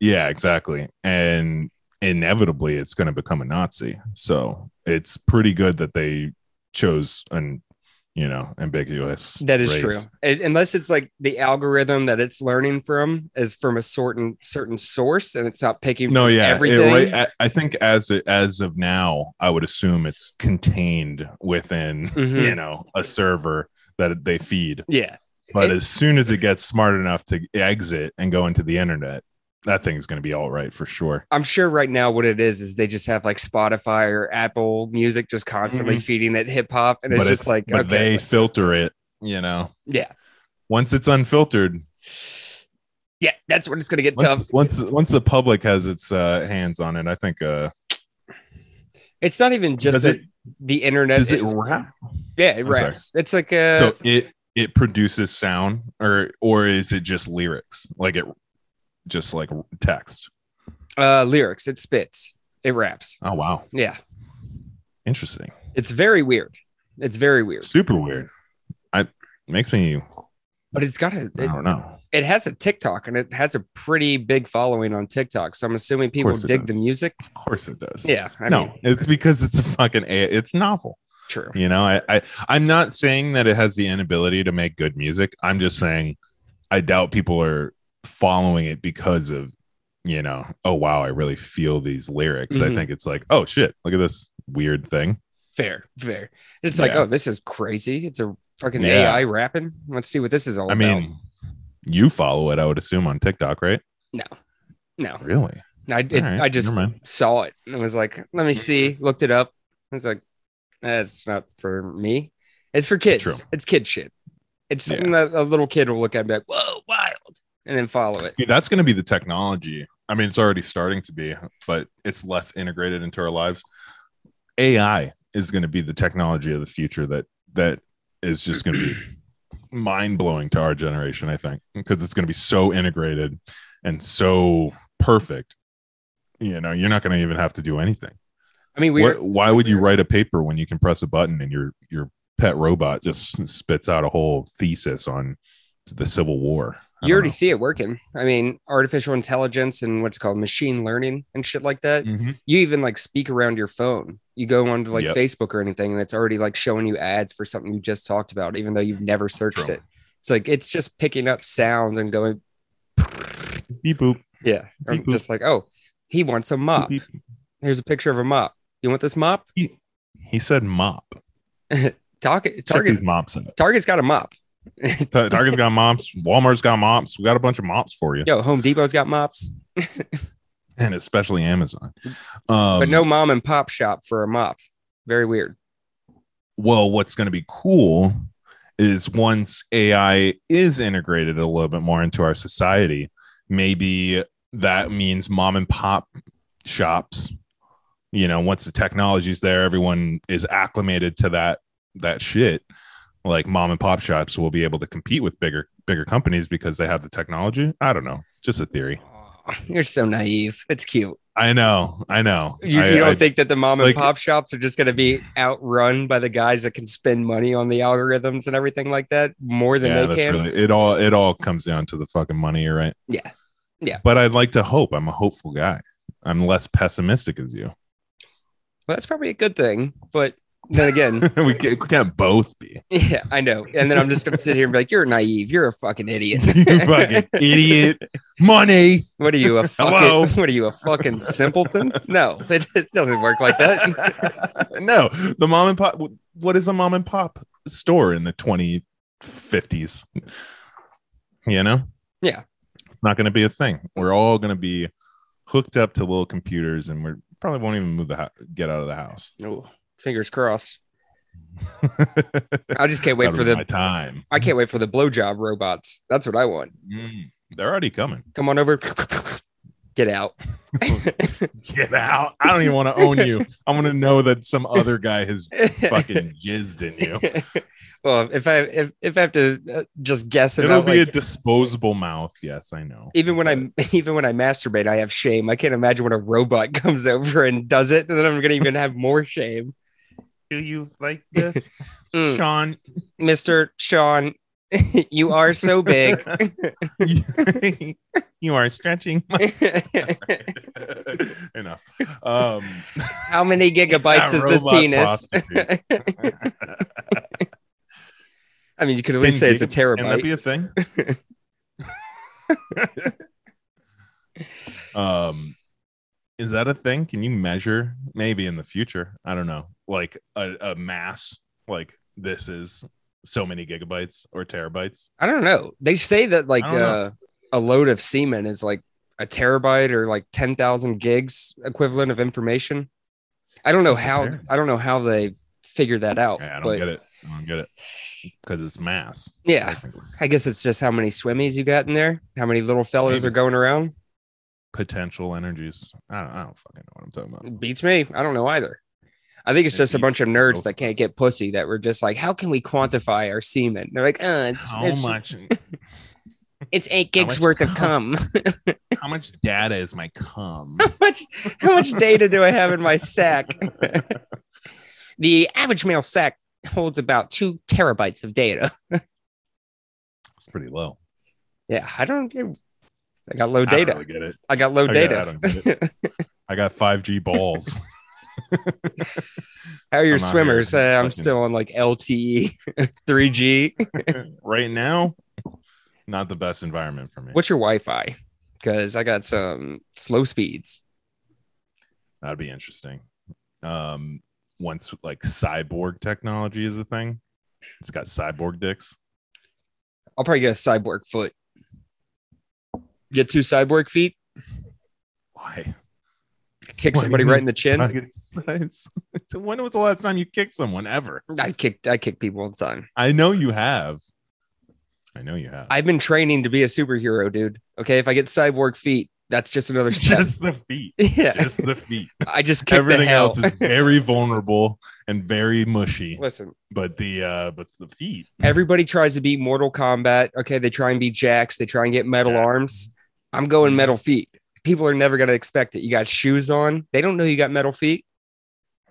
[SPEAKER 3] Yeah, exactly. And inevitably it's going to become a Nazi. So it's pretty good that they chose an, you know, ambiguous.
[SPEAKER 2] That is
[SPEAKER 3] race.
[SPEAKER 2] true. It, unless it's like the algorithm that it's learning from is from a certain certain source and it's not picking
[SPEAKER 3] No,
[SPEAKER 2] from
[SPEAKER 3] yeah. it-
[SPEAKER 2] everything.
[SPEAKER 3] right, I, I think as as of now, I would assume it's contained within,
[SPEAKER 2] Mhm.
[SPEAKER 3] you know, a server that they feed.
[SPEAKER 2] yeah.
[SPEAKER 3] But
[SPEAKER 2] It-
[SPEAKER 3] as soon as it gets smart enough to exit and go into the internet, that thing's going to be all right for sure.
[SPEAKER 2] I'm sure right now what it is is they just have like Spotify or Apple Music just constantly feeding it hip hop and it's
[SPEAKER 3] but
[SPEAKER 2] just like
[SPEAKER 3] but
[SPEAKER 2] okay,
[SPEAKER 3] they filter it, you know.
[SPEAKER 2] yeah,
[SPEAKER 3] Once it's unfiltered,
[SPEAKER 2] yeah, that's when it's gonna get tough.
[SPEAKER 3] once, once once the public has its uh, hands on it, I think. Uh,
[SPEAKER 2] It's not even just
[SPEAKER 3] does
[SPEAKER 2] that
[SPEAKER 3] it
[SPEAKER 2] the internet.
[SPEAKER 3] does it
[SPEAKER 2] it-
[SPEAKER 3] rap?
[SPEAKER 2] yeah, it
[SPEAKER 3] I'm sorry.
[SPEAKER 2] raps. It's like uh
[SPEAKER 3] so it it produces sound, or or is it just lyrics? Like it just like text.
[SPEAKER 2] uh, lyrics. It spits. It raps.
[SPEAKER 3] Oh wow,
[SPEAKER 2] Yeah,
[SPEAKER 3] interesting,
[SPEAKER 2] it's very weird. It's very weird,
[SPEAKER 3] super weird. I makes me.
[SPEAKER 2] but it's got a.
[SPEAKER 3] I
[SPEAKER 2] It,
[SPEAKER 3] don't know.
[SPEAKER 2] it has a TikTok and it has a pretty big following on TikTok. So I'm assuming people
[SPEAKER 3] course it
[SPEAKER 2] dig the
[SPEAKER 3] does.
[SPEAKER 2] music.
[SPEAKER 3] Of course it does.
[SPEAKER 2] Yeah, I
[SPEAKER 3] no,
[SPEAKER 2] mean,
[SPEAKER 3] it's because it's a fucking. A- it's novel.
[SPEAKER 2] true.
[SPEAKER 3] You know, I, I I'm not saying that it has the inability to make good music. I'm just saying I doubt people are following it because of, you know, oh wow, I really feel these lyrics.
[SPEAKER 2] Mhm.
[SPEAKER 3] I think it's like, oh shit, look at this weird thing.
[SPEAKER 2] Fair, fair. It's like,
[SPEAKER 3] Yeah.
[SPEAKER 2] oh, this is crazy. It's a fucking
[SPEAKER 3] Yeah.
[SPEAKER 2] AI rapping. Let's see what this is all
[SPEAKER 3] I
[SPEAKER 2] about.
[SPEAKER 3] mean, you follow it, I would assume, on TikTok, right?
[SPEAKER 2] no,
[SPEAKER 3] Really?
[SPEAKER 2] I it,
[SPEAKER 3] All right,
[SPEAKER 2] I just
[SPEAKER 3] never mind.
[SPEAKER 2] saw it and was like, let me see. Looked it up. I was like, that's not for me. It's for kids.
[SPEAKER 3] True.
[SPEAKER 2] It's kid shit. It's
[SPEAKER 3] Yeah.
[SPEAKER 2] something that a little kid will look at and be like, whoa, wild, and then follow it.
[SPEAKER 3] Dude, that's gonna be the technology. I mean, it's already starting to be, but it's less integrated into our lives. AI is gonna be the technology of the future that that is just gonna be mind blowing to our generation, I think, because it's gonna be so integrated and so perfect. You know, you're not gonna even have to do anything.
[SPEAKER 2] I mean, we
[SPEAKER 3] What, why would you write a paper when you can press a button and your your pet robot just spits out a whole thesis on the Civil War? I
[SPEAKER 2] you
[SPEAKER 3] don't
[SPEAKER 2] already
[SPEAKER 3] know.
[SPEAKER 2] see it working. I mean, artificial intelligence and what's called machine learning and shit like that.
[SPEAKER 3] Mhm.
[SPEAKER 2] You even like speak around your phone. You go onto like
[SPEAKER 3] Yep.
[SPEAKER 2] Facebook or anything, and it's already like showing you ads for something you just talked about, even though you've never searched
[SPEAKER 3] True.
[SPEAKER 2] it. It's like it's just picking up sounds and going,
[SPEAKER 3] Beep boop.
[SPEAKER 2] yeah, or
[SPEAKER 3] Beep, boop.
[SPEAKER 2] just like, oh, he wants a mop.
[SPEAKER 3] Beep, beep.
[SPEAKER 2] Here's a picture of a mop. You want this mop?
[SPEAKER 3] He said mop.
[SPEAKER 2] Target,
[SPEAKER 3] Check
[SPEAKER 2] Target,
[SPEAKER 3] these mops out.
[SPEAKER 2] Target's got a mop.
[SPEAKER 3] Ta- Target's got mops. Walmart's got mops. We got a bunch of mops for you,
[SPEAKER 2] Yo, Home Depot's got mops,
[SPEAKER 3] and especially Amazon. Um,
[SPEAKER 2] but no mom and pop shop for a mop. Very weird.
[SPEAKER 3] Well, what's going to be cool is once AI is integrated a little bit more into our society, maybe that means mom and pop shops. You know, once the technology's there, everyone is acclimated to that that shit. Like mom and pop shops will be able to compete with bigger bigger companies because they have the technology. I don't know, just a theory.
[SPEAKER 2] Aw, You're so naive. It's cute.
[SPEAKER 3] I know, I know.
[SPEAKER 2] You,
[SPEAKER 3] I-
[SPEAKER 2] you don't
[SPEAKER 3] I-
[SPEAKER 2] think that the mom and
[SPEAKER 3] like-
[SPEAKER 2] pop shops are just going to be outrun by the guys that can spend money on the algorithms and everything like that more than
[SPEAKER 3] yeah,
[SPEAKER 2] they
[SPEAKER 3] that's
[SPEAKER 2] can?
[SPEAKER 3] really it. All it all comes down to the fucking money. You're right.
[SPEAKER 2] yeah.
[SPEAKER 3] but I'd like to hope. I'm a hopeful guy. I'm less pessimistic as you.
[SPEAKER 2] Well, that's probably a good thing. But then again,
[SPEAKER 3] we, can't, we can't both be.
[SPEAKER 2] yeah, I know. And then I'm just going to sit here and be like, you're naive. You're a fucking idiot.
[SPEAKER 3] you fucking idiot. Money.
[SPEAKER 2] What are you a
[SPEAKER 3] Hello?
[SPEAKER 2] fucking? What are you a fucking simpleton? No, it, it doesn't work like that.
[SPEAKER 3] no, the mom and pop. What is a mom and pop store in the 2050s? You know?
[SPEAKER 2] Yeah.
[SPEAKER 3] It's not going to be a thing. We're all going to be hooked up to little computers and we're probably won't even move the ho- get out of the house.
[SPEAKER 2] Ooh, fingers crossed. I just can't wait
[SPEAKER 3] That'll
[SPEAKER 2] for
[SPEAKER 3] be
[SPEAKER 2] the.
[SPEAKER 3] my time.
[SPEAKER 2] I can't wait for the blowjob robots. That's what I want.
[SPEAKER 3] Mm, they're already coming.
[SPEAKER 2] Come on over. Get out.
[SPEAKER 3] Get out. I don't even want to own you. I want to know that some other guy has fucking jizzed in you.
[SPEAKER 2] well, if I if, if I have to uh, just guess
[SPEAKER 3] It'll
[SPEAKER 2] about
[SPEAKER 3] be
[SPEAKER 2] like,
[SPEAKER 3] a disposable mouth. Yes, I know.
[SPEAKER 2] even when I even when I masturbate, I have shame. I can't imagine when a robot comes over and does it, and then I'm gonna even have more shame.
[SPEAKER 3] do you like this,
[SPEAKER 2] Mm.
[SPEAKER 3] Sean?
[SPEAKER 2] Mr. Sean, you are so big.
[SPEAKER 3] you are stretching. my- Enough. Um,
[SPEAKER 2] How many gigabytes
[SPEAKER 3] a
[SPEAKER 2] is this
[SPEAKER 3] robot
[SPEAKER 2] penis?
[SPEAKER 3] prostitute.
[SPEAKER 2] I mean, you could at least say
[SPEAKER 3] Ten
[SPEAKER 2] it's a
[SPEAKER 3] gigab- Can that
[SPEAKER 2] terabyte.
[SPEAKER 3] be a thing? um, is that a thing? Can you measure maybe in the future? I don't know, like a, a mass, like this is so many gigabytes or terabytes.
[SPEAKER 2] I don't know. They say that like
[SPEAKER 3] I don't know.
[SPEAKER 2] uh, a load of semen is like a terabyte or like ten thousand gigs equivalent of information. I don't know
[SPEAKER 3] That's
[SPEAKER 2] how.
[SPEAKER 3] apparent.
[SPEAKER 2] I don't know how they figure that out.
[SPEAKER 3] Okay, I don't
[SPEAKER 2] Oh, but
[SPEAKER 3] get it. I don't get it because it's mass.
[SPEAKER 2] yeah,
[SPEAKER 3] technically.
[SPEAKER 2] I guess it's just how many swimmies you got in there, how many little fellas
[SPEAKER 3] Maybe.
[SPEAKER 2] are going around.
[SPEAKER 3] Potential energies. I don't, I don't fucking know what I'm talking about.
[SPEAKER 2] Beats me. I don't know either. I think it's
[SPEAKER 3] It
[SPEAKER 2] just a
[SPEAKER 3] beats
[SPEAKER 2] bunch of nerds
[SPEAKER 3] both
[SPEAKER 2] that can't get pussy that were just like, how can we quantify our semen? They're like, uh, it's
[SPEAKER 3] how
[SPEAKER 2] it's,
[SPEAKER 3] much?
[SPEAKER 2] it's eight gigs
[SPEAKER 3] Oh
[SPEAKER 2] worth
[SPEAKER 3] much-
[SPEAKER 2] of cum. how
[SPEAKER 3] how much data is my cum?
[SPEAKER 2] much how much data do I have in my sack? the average male sack holds about two terabytes of data.
[SPEAKER 3] It's pretty low.
[SPEAKER 2] Yeah, I don't. I got low
[SPEAKER 3] I
[SPEAKER 2] data.
[SPEAKER 3] don't really get it.
[SPEAKER 2] I got low
[SPEAKER 3] I got-
[SPEAKER 2] data.
[SPEAKER 3] I, don't get it. I got 5G balls.
[SPEAKER 2] How are your
[SPEAKER 3] I'm out here
[SPEAKER 2] swimmers? Uh, I'm
[SPEAKER 3] fucking-
[SPEAKER 2] still on like E, LTE, 3G.
[SPEAKER 3] right now, not the best environment for me.
[SPEAKER 2] What's your Wi-Fi? Because I got some slow speeds.
[SPEAKER 3] That'd be interesting. Um, once like cyborg technology is a thing, it's got cyborg dicks.
[SPEAKER 2] I'll probably get a cyborg foot. Get two cyborg feet,
[SPEAKER 3] Why?
[SPEAKER 2] kick
[SPEAKER 3] What do
[SPEAKER 2] somebody
[SPEAKER 3] you
[SPEAKER 2] right
[SPEAKER 3] mean?
[SPEAKER 2] in the chin.
[SPEAKER 3] Like, it's- it's- it's- when was the last time you kicked someone ever?
[SPEAKER 2] I kicked I kick people all the time.
[SPEAKER 3] I know you have. I know you have.
[SPEAKER 2] I've been training to be a superhero, dude. Okay, if I get cyborg feet, that's just another step.
[SPEAKER 3] just the feet.
[SPEAKER 2] yeah,
[SPEAKER 3] Just the feet.
[SPEAKER 2] I just kick
[SPEAKER 3] Everything
[SPEAKER 2] the hell.
[SPEAKER 3] else is very vulnerable and very mushy.
[SPEAKER 2] Listen,
[SPEAKER 3] But the uh but the feet.
[SPEAKER 2] everybody tries to be Mortal Kombat. Okay, they try and be jacks. They try and get metal
[SPEAKER 3] Jax.
[SPEAKER 2] arms. I'm
[SPEAKER 3] Mm-hmm.
[SPEAKER 2] going metal feet. People are never gonna expect it. You got shoes on. They don't know you got metal feet.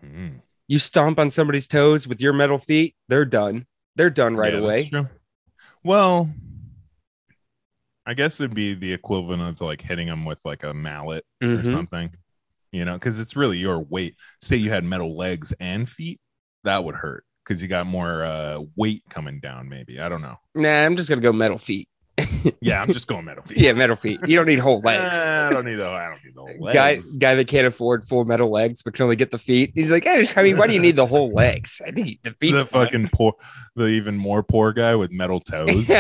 [SPEAKER 3] Mm.
[SPEAKER 2] you stomp on somebody's toes with your metal feet, they're done. They're done right
[SPEAKER 3] Yeah, that's
[SPEAKER 2] away.
[SPEAKER 3] true. Well, I guess it'd be the equivalent of like hitting them with like a mallet or
[SPEAKER 2] Mhm.
[SPEAKER 3] something, you know, because it's really your weight. Say you had metal legs and feet, that would hurt because you got more uh, weight coming down. Maybe I don't know.
[SPEAKER 2] Nah, I'm just gonna go metal feet.
[SPEAKER 3] Yeah, I'm just going metal feet.
[SPEAKER 2] Yeah, metal feet. You don't need whole legs.
[SPEAKER 3] Eh, I don't need the. I don't need the legs.
[SPEAKER 2] Guy, guy that can't afford full metal legs but can only get the feet. He's like, hey, I mean, why do you need the whole legs? I think the feet.
[SPEAKER 3] the fucking poor, the even more poor guy with metal toes.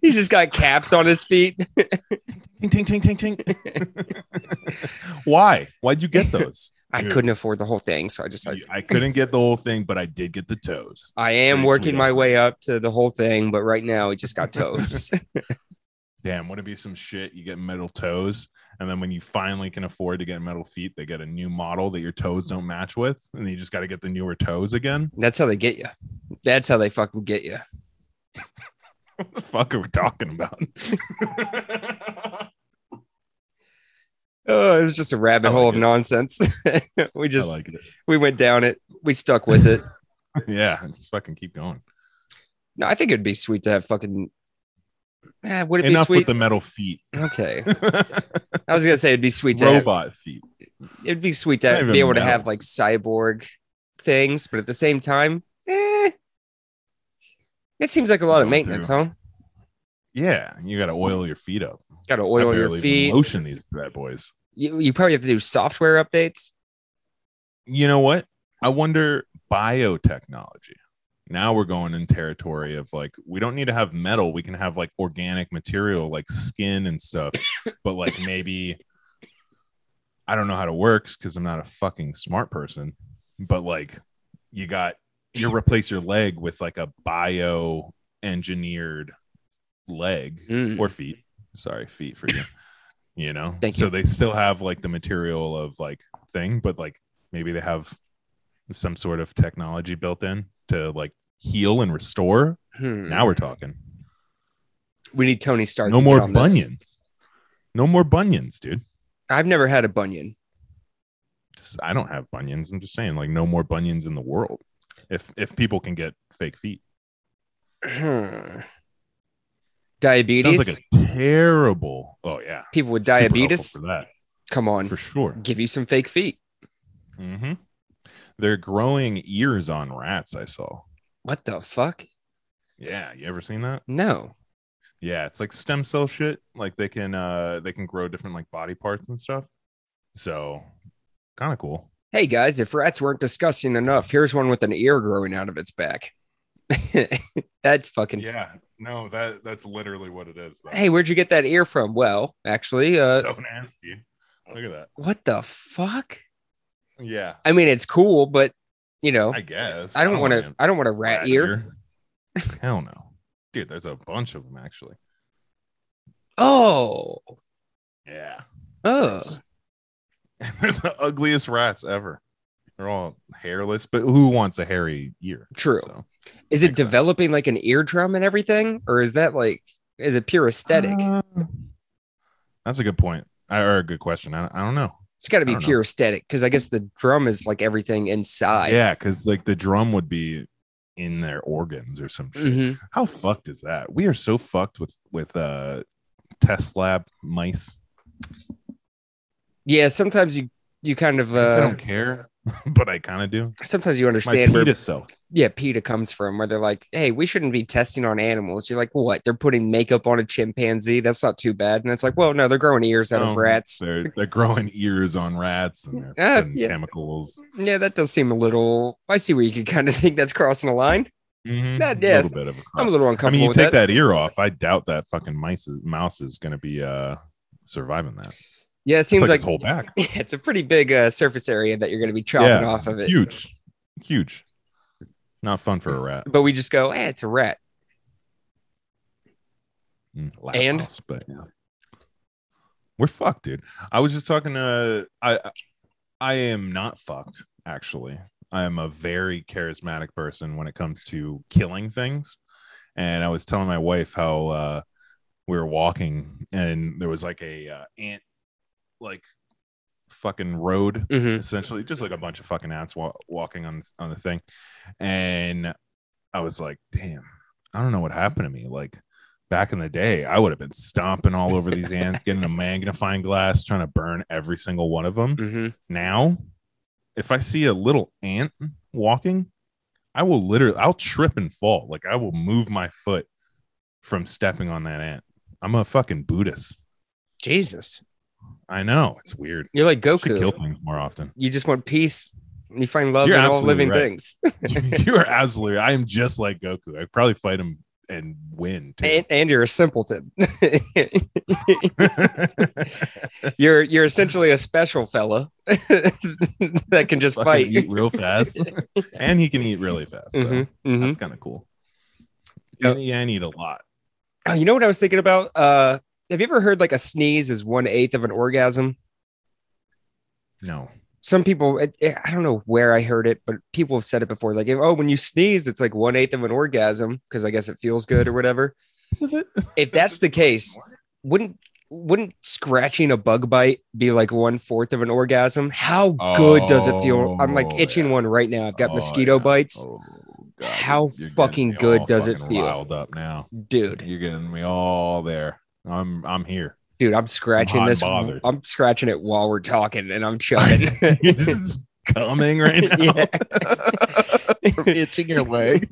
[SPEAKER 2] He's just got caps on his feet.
[SPEAKER 3] Ting, ting, ting, ting, ting. Why? Why'd you get those?
[SPEAKER 2] I
[SPEAKER 3] Dude.
[SPEAKER 2] couldn't afford the whole thing, so I just like
[SPEAKER 3] You- I couldn't get the whole thing, but I did get the toes.
[SPEAKER 2] I am
[SPEAKER 3] Very
[SPEAKER 2] working
[SPEAKER 3] sweet.
[SPEAKER 2] my way up to the whole thing, but right now it just got toes.
[SPEAKER 3] Damn, wouldn't it be some shit? You get metal toes, and then when you finally can afford to get metal feet, they get a new model that your toes don't match with, and you just got to get the newer toes again.
[SPEAKER 2] That's how they get you. That's how they fucking get you.
[SPEAKER 3] What the fuck are we talking about?
[SPEAKER 2] Oh, it was just a rabbit
[SPEAKER 3] I like
[SPEAKER 2] hole of
[SPEAKER 3] it.
[SPEAKER 2] nonsense. we
[SPEAKER 3] I
[SPEAKER 2] just
[SPEAKER 3] like it.
[SPEAKER 2] we went down it. We stuck with it.
[SPEAKER 3] Yeah, let's fucking keep going.
[SPEAKER 2] no, I think it'd be sweet to have fucking. Eh, would it
[SPEAKER 3] Enough
[SPEAKER 2] be
[SPEAKER 3] with
[SPEAKER 2] sweet?
[SPEAKER 3] the metal feet,
[SPEAKER 2] okay, I was gonna say it'd be sweet to have,
[SPEAKER 3] robot feet.
[SPEAKER 2] it'd be sweet
[SPEAKER 3] Not
[SPEAKER 2] to
[SPEAKER 3] even
[SPEAKER 2] be able to
[SPEAKER 3] metal.
[SPEAKER 2] have like cyborg things, but at the same time, eh, it seems like a lot of
[SPEAKER 3] Going
[SPEAKER 2] maintenance, huh?
[SPEAKER 3] Yeah, you got to oil your feet up.
[SPEAKER 2] Got to
[SPEAKER 3] I
[SPEAKER 2] oil your
[SPEAKER 3] barely even
[SPEAKER 2] feet.
[SPEAKER 3] Lotion these bad boys.
[SPEAKER 2] You, you probably have to do software updates.
[SPEAKER 3] you know what? I wonder biotechnology. Now we're going in territory of like we don't need to have metal. We can have like organic material, like skin and stuff. but like maybe I don't know how it works because I'm not a fucking smart person. But like you got you replace your leg with like a bio engineered leg
[SPEAKER 2] Mm.
[SPEAKER 3] or feet. Sorry, feet for you. You know,
[SPEAKER 2] Thank
[SPEAKER 3] so
[SPEAKER 2] you.
[SPEAKER 3] they still have like the material of like thing, but like maybe they have some sort of technology built in to like heal and restore.
[SPEAKER 2] Hmm.
[SPEAKER 3] Now we're talking.
[SPEAKER 2] we need Tony Stark.
[SPEAKER 3] No
[SPEAKER 2] to get
[SPEAKER 3] more
[SPEAKER 2] on this.
[SPEAKER 3] bunions. No more bunions, dude.
[SPEAKER 2] I've never had a bunion.
[SPEAKER 3] Just, I don't have bunions. I'm just saying, like, no more bunions in the world. If if people can get fake feet,
[SPEAKER 2] diabetes.
[SPEAKER 3] Sounds like a terrible. Oh yeah,
[SPEAKER 2] People with
[SPEAKER 3] Super helpful
[SPEAKER 2] diabetes.
[SPEAKER 3] for that
[SPEAKER 2] Come on,
[SPEAKER 3] for sure.
[SPEAKER 2] give you some fake feet.
[SPEAKER 3] hmm They're growing ears on rats. I saw.
[SPEAKER 2] What the fuck?
[SPEAKER 3] Yeah, you ever seen that?
[SPEAKER 2] No.
[SPEAKER 3] Yeah, it's like stem cell shit. Like they can uh they can grow different like body parts and stuff. So kind of cool.
[SPEAKER 2] Hey guys, if rats weren't disgusting enough, here's one with an ear growing out of its back. That's fucking.
[SPEAKER 3] Yeah. No, that that's literally what it is. Though.
[SPEAKER 2] Hey, where'd you get that ear from? Well, actually, uh,
[SPEAKER 3] so nasty. Look at that.
[SPEAKER 2] what the fuck?
[SPEAKER 3] Yeah.
[SPEAKER 2] I mean, it's cool, but you know,
[SPEAKER 3] I
[SPEAKER 2] Oh, I,
[SPEAKER 3] guess. Oh,
[SPEAKER 2] don't want
[SPEAKER 3] a
[SPEAKER 2] to. I don't want a rat, ear.
[SPEAKER 3] Hell no. Dude, there's a bunch of them actually.
[SPEAKER 2] Oh,
[SPEAKER 3] Yeah.
[SPEAKER 2] oh,
[SPEAKER 3] They're the ugliest rats ever. They're all hairless, but who wants a hairy ear?
[SPEAKER 2] true.
[SPEAKER 3] So,
[SPEAKER 2] Is it
[SPEAKER 3] makes sense.
[SPEAKER 2] developing like an eardrum and everything, or is that like is it pure aesthetic?
[SPEAKER 3] uh, that's a good point. I, or a good question. I, I don't know.
[SPEAKER 2] it's got to
[SPEAKER 3] I
[SPEAKER 2] be
[SPEAKER 3] don't know.
[SPEAKER 2] pure aesthetic because I guess the drum is like everything inside.
[SPEAKER 3] yeah, because like the drum would be in their organs or some shit.
[SPEAKER 2] Mhm.
[SPEAKER 3] How fucked is that? We are so fucked with with uh test lab mice.
[SPEAKER 2] Yeah, sometimes you you kind of
[SPEAKER 3] I guess I
[SPEAKER 2] uh
[SPEAKER 3] don't care, but I kind of do.
[SPEAKER 2] sometimes you
[SPEAKER 3] My
[SPEAKER 2] understand where
[SPEAKER 3] PETA cell.
[SPEAKER 2] yeah PETA comes from, where they're like, hey, we shouldn't be testing on animals. You're like, what? They're putting makeup on a chimpanzee. That's not too bad. And it's like, well, no, they're growing ears out of
[SPEAKER 3] No,
[SPEAKER 2] rats.
[SPEAKER 3] Oh, They're, they're growing ears on rats and they're
[SPEAKER 2] Ah,
[SPEAKER 3] putting
[SPEAKER 2] yeah.
[SPEAKER 3] chemicals.
[SPEAKER 2] Yeah, that does seem a little. I see where you could kind of think that's crossing a line.
[SPEAKER 3] Mhm.
[SPEAKER 2] That-
[SPEAKER 3] A
[SPEAKER 2] yeah.
[SPEAKER 3] little bit of a
[SPEAKER 2] I'm a
[SPEAKER 3] cross.
[SPEAKER 2] little
[SPEAKER 3] I
[SPEAKER 2] uncomfortable.
[SPEAKER 3] mean, you
[SPEAKER 2] with
[SPEAKER 3] take
[SPEAKER 2] that.
[SPEAKER 3] that. ear off. I doubt that fucking mice is, mouse is going to be uh surviving that.
[SPEAKER 2] Yeah, it
[SPEAKER 3] Seems
[SPEAKER 2] seems
[SPEAKER 3] like,
[SPEAKER 2] like,
[SPEAKER 3] its whole back.
[SPEAKER 2] it's a pretty big uh, surface area that you're going to be chopping
[SPEAKER 3] Yeah,
[SPEAKER 2] off of it.
[SPEAKER 3] Huge, huge. Not fun for a rat.
[SPEAKER 2] But we just go, eh, it's a rat.
[SPEAKER 3] Mm, loud
[SPEAKER 2] And-
[SPEAKER 3] mouse, but yeah. we're fucked, dude. I was just talking to I. I am not fucked. Actually, I am a very charismatic person when it comes to killing things, and I was telling my wife how uh, we were walking and there was like a uh, ant, like fucking road
[SPEAKER 2] hmm
[SPEAKER 3] essentially just like a bunch of fucking ants wa- walking on on the thing and i was like damn i don't know what happened to me like back in the day i would have been stomping all over these ants getting a magnifying glass trying to burn every single one of them
[SPEAKER 2] hmm
[SPEAKER 3] now if i see a little ant walking i will literally i'll trip and fall like i will move my foot from stepping on that ant i'm a fucking buddhist
[SPEAKER 2] Jesus,
[SPEAKER 3] i know it's weird
[SPEAKER 2] you're like
[SPEAKER 3] I should kill
[SPEAKER 2] Goku.
[SPEAKER 3] things more often
[SPEAKER 2] You just want peace. and You find love
[SPEAKER 3] You're
[SPEAKER 2] in all
[SPEAKER 3] absolutely
[SPEAKER 2] living
[SPEAKER 3] right.
[SPEAKER 2] things.
[SPEAKER 3] you are absolutely. I am just like Goku. I probably fight him and win too.
[SPEAKER 2] and, and you're a simpleton. you're you're essentially a special fella that can just
[SPEAKER 3] Fucking
[SPEAKER 2] fight.
[SPEAKER 3] eat real fast, and he can eat really fast. So
[SPEAKER 2] Mhm, mhm.
[SPEAKER 3] that's kind of cool.
[SPEAKER 2] Yep.
[SPEAKER 3] And he can eat a lot.
[SPEAKER 2] Oh, you know what I was thinking about? Uh, have you ever heard like a sneeze is one eighth of an orgasm?
[SPEAKER 3] No,
[SPEAKER 2] Some people, it- it- I don't know where I heard it, but people have said it before. Like, oh, when you sneeze, it's like one eighth of an orgasm because I guess it feels good or whatever.
[SPEAKER 3] is it?
[SPEAKER 2] If that's the case, wouldn't wouldn't scratching a bug bite be like one fourth of an orgasm? How good does it feel? I'm like
[SPEAKER 3] Oh,
[SPEAKER 2] itching
[SPEAKER 3] yeah.
[SPEAKER 2] one right now. I've got
[SPEAKER 3] Oh,
[SPEAKER 2] mosquito
[SPEAKER 3] yeah.
[SPEAKER 2] bites,
[SPEAKER 3] Oh, God,
[SPEAKER 2] How
[SPEAKER 3] you're getting
[SPEAKER 2] fucking
[SPEAKER 3] me
[SPEAKER 2] good
[SPEAKER 3] all
[SPEAKER 2] does it
[SPEAKER 3] fucking
[SPEAKER 2] feel?
[SPEAKER 3] Riled up now,
[SPEAKER 2] dude.
[SPEAKER 3] You're getting me all there. I'm I'm here.
[SPEAKER 2] Dude, I'm scratching
[SPEAKER 3] hot and
[SPEAKER 2] this.
[SPEAKER 3] bothered.
[SPEAKER 2] I'm scratching it while we're talking, and I'm chugging.
[SPEAKER 3] this is coming right now.
[SPEAKER 2] Yeah.
[SPEAKER 3] From itching your leg.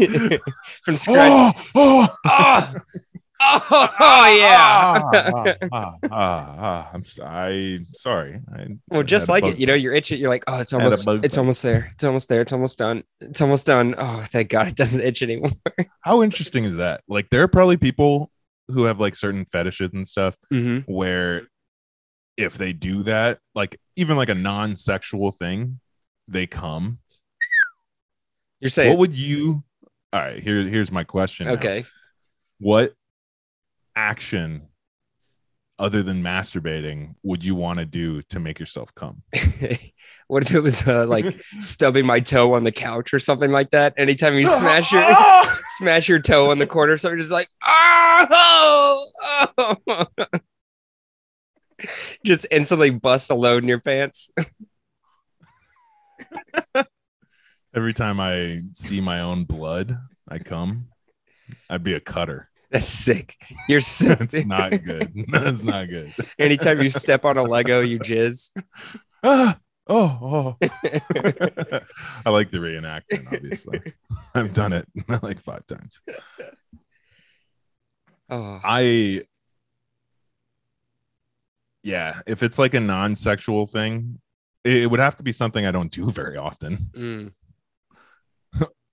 [SPEAKER 2] From scratch.
[SPEAKER 3] oh,
[SPEAKER 2] Oh, oh, yeah.
[SPEAKER 3] Ah, ah, ah, ah, ah. I'm s- I'm sorry. I
[SPEAKER 2] Well, just
[SPEAKER 3] had a
[SPEAKER 2] like
[SPEAKER 3] bug
[SPEAKER 2] it, you know, you're itching. You're like, oh, it's
[SPEAKER 3] Had a
[SPEAKER 2] almost,
[SPEAKER 3] bug
[SPEAKER 2] it's
[SPEAKER 3] bite.
[SPEAKER 2] almost there. It's almost there. It's almost done. It's almost done. Oh, thank God, it doesn't itch anymore.
[SPEAKER 3] How interesting is that? Like, there are probably people who have like certain fetishes and stuff
[SPEAKER 2] Mm-hmm.
[SPEAKER 3] where if they do that, like even like a non-sexual thing, they come.
[SPEAKER 2] You're saying,
[SPEAKER 3] What would you? All right, here, here's my question. now.
[SPEAKER 2] okay,
[SPEAKER 3] what action other than masturbating would you want to do to make yourself come?
[SPEAKER 2] what if it was uh, like stubbing my toe on the couch or something like that? Anytime you smash your
[SPEAKER 3] Ah!
[SPEAKER 2] smash your toe on the corner, something just like, oh, oh." just instantly bust a load in your pants.
[SPEAKER 3] Every time I see my own blood, I come. I'd be a cutter.
[SPEAKER 2] That's sick. You're sick.
[SPEAKER 3] That's
[SPEAKER 2] dude.
[SPEAKER 3] not good. That's not good.
[SPEAKER 2] Anytime you step on a Lego, you jizz.
[SPEAKER 3] Ah, oh, oh. I like the reenactment, obviously. I've done it like five times.
[SPEAKER 2] Oh,
[SPEAKER 3] I yeah, if it's like a non-sexual thing, it it would have to be something I don't do very often.
[SPEAKER 2] mm.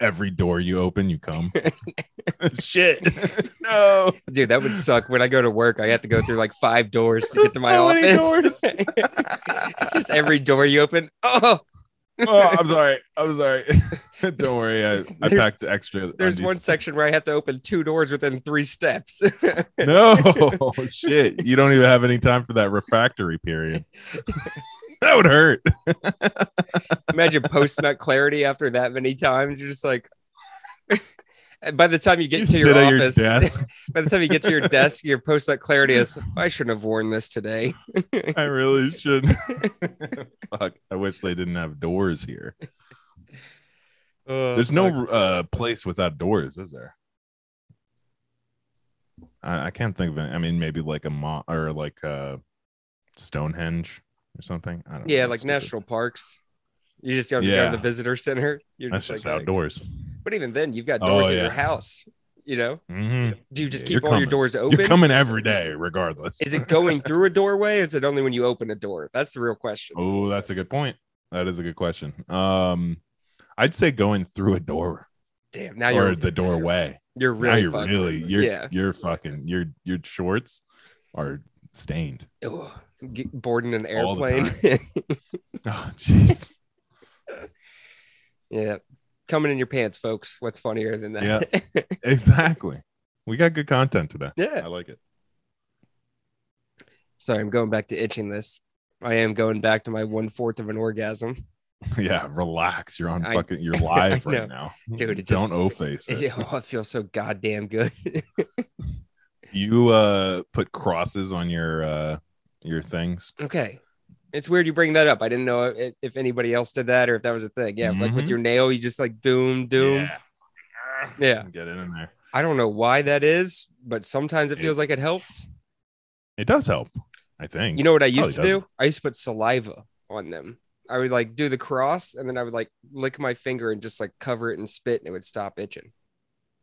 [SPEAKER 3] Every door you open, you come. Shit. no.
[SPEAKER 2] dude, that would suck. When I go to work, I have to go through like five doors to get to my
[SPEAKER 3] So many
[SPEAKER 2] office. Just every door you open. Oh,
[SPEAKER 3] Oh, I'm sorry. I'm sorry. don't worry. I, I
[SPEAKER 2] There's-
[SPEAKER 3] packed extra.
[SPEAKER 2] there's
[SPEAKER 3] undies.
[SPEAKER 2] one section where I have to open two doors within three steps.
[SPEAKER 3] No shit. You don't even have any time for that refractory period. that would hurt.
[SPEAKER 2] Imagine post nut clarity after that many times. You're just like, by the time you get
[SPEAKER 3] You
[SPEAKER 2] to
[SPEAKER 3] sit
[SPEAKER 2] your
[SPEAKER 3] at
[SPEAKER 2] office,
[SPEAKER 3] desk.
[SPEAKER 2] by the time you get to your desk, your post nut clarity is, I shouldn't have worn this today.
[SPEAKER 3] I really shouldn't. Fuck. I wish they didn't have doors here.
[SPEAKER 2] Oh,
[SPEAKER 3] There's no
[SPEAKER 2] fuck.
[SPEAKER 3] uh, place without doors, is there? I, I can't think of it. I mean, maybe like a mo or like uh, Stonehenge or something. I don't know.
[SPEAKER 2] yeah,
[SPEAKER 3] That's
[SPEAKER 2] like
[SPEAKER 3] stupid.
[SPEAKER 2] national parks. You just gotta go
[SPEAKER 3] Yeah.
[SPEAKER 2] to the visitor center. You're
[SPEAKER 3] That's
[SPEAKER 2] just,
[SPEAKER 3] just
[SPEAKER 2] like, "Hey."
[SPEAKER 3] outdoors.
[SPEAKER 2] But even then, you've got
[SPEAKER 3] Oh,
[SPEAKER 2] doors in
[SPEAKER 3] yeah.
[SPEAKER 2] your house. You know,
[SPEAKER 3] Mhm.
[SPEAKER 2] do you just
[SPEAKER 3] Yeah, you're
[SPEAKER 2] keep all your
[SPEAKER 3] coming.
[SPEAKER 2] doors
[SPEAKER 3] You're
[SPEAKER 2] open?
[SPEAKER 3] coming every day, regardless.
[SPEAKER 2] Is it going through a doorway? Or is it only when you open a door? That's the real question.
[SPEAKER 3] Oh, that's a good point. That is a good question. Um, I'd say going through a door
[SPEAKER 2] Damn, now
[SPEAKER 3] or
[SPEAKER 2] you're
[SPEAKER 3] the doorway.
[SPEAKER 2] You're
[SPEAKER 3] now
[SPEAKER 2] really
[SPEAKER 3] you're
[SPEAKER 2] fucked.
[SPEAKER 3] really you're
[SPEAKER 2] Yeah.
[SPEAKER 3] you're fucking your your shorts are stained.
[SPEAKER 2] Ugh. Get boarding an
[SPEAKER 3] All the time.
[SPEAKER 2] airplane.
[SPEAKER 3] Oh jeez.
[SPEAKER 2] yeah. Coming in your pants, folks. What's funnier than that?
[SPEAKER 3] exactly. We got good content today.
[SPEAKER 2] yeah.
[SPEAKER 3] I like it.
[SPEAKER 2] Sorry, I'm going back to itching this. I am going back to my one fourth of an orgasm.
[SPEAKER 3] Yeah, relax. You're on
[SPEAKER 2] I-
[SPEAKER 3] fucking. You're live
[SPEAKER 2] I
[SPEAKER 3] right now,
[SPEAKER 2] Dude, it
[SPEAKER 3] Don't
[SPEAKER 2] just-
[SPEAKER 3] o face it.
[SPEAKER 2] It, oh, it feels so goddamn good.
[SPEAKER 3] You uh put crosses on your uh your things.
[SPEAKER 2] okay. It's weird you bring that up. I didn't know if, if anybody else did that or if that was a thing. Yeah. Like with
[SPEAKER 3] Mhm.
[SPEAKER 2] your nail, you just like doom, doom.
[SPEAKER 3] Yeah.
[SPEAKER 2] Yeah.
[SPEAKER 3] Get it in there.
[SPEAKER 2] I don't know why that is, but sometimes it
[SPEAKER 3] It-
[SPEAKER 2] feels like it helps.
[SPEAKER 3] It does help. I think.
[SPEAKER 2] You know what I used to
[SPEAKER 3] Probably
[SPEAKER 2] do? I used to put saliva on them. I would like do the cross and then I would like lick my finger and just like cover it and spit and it would stop itching.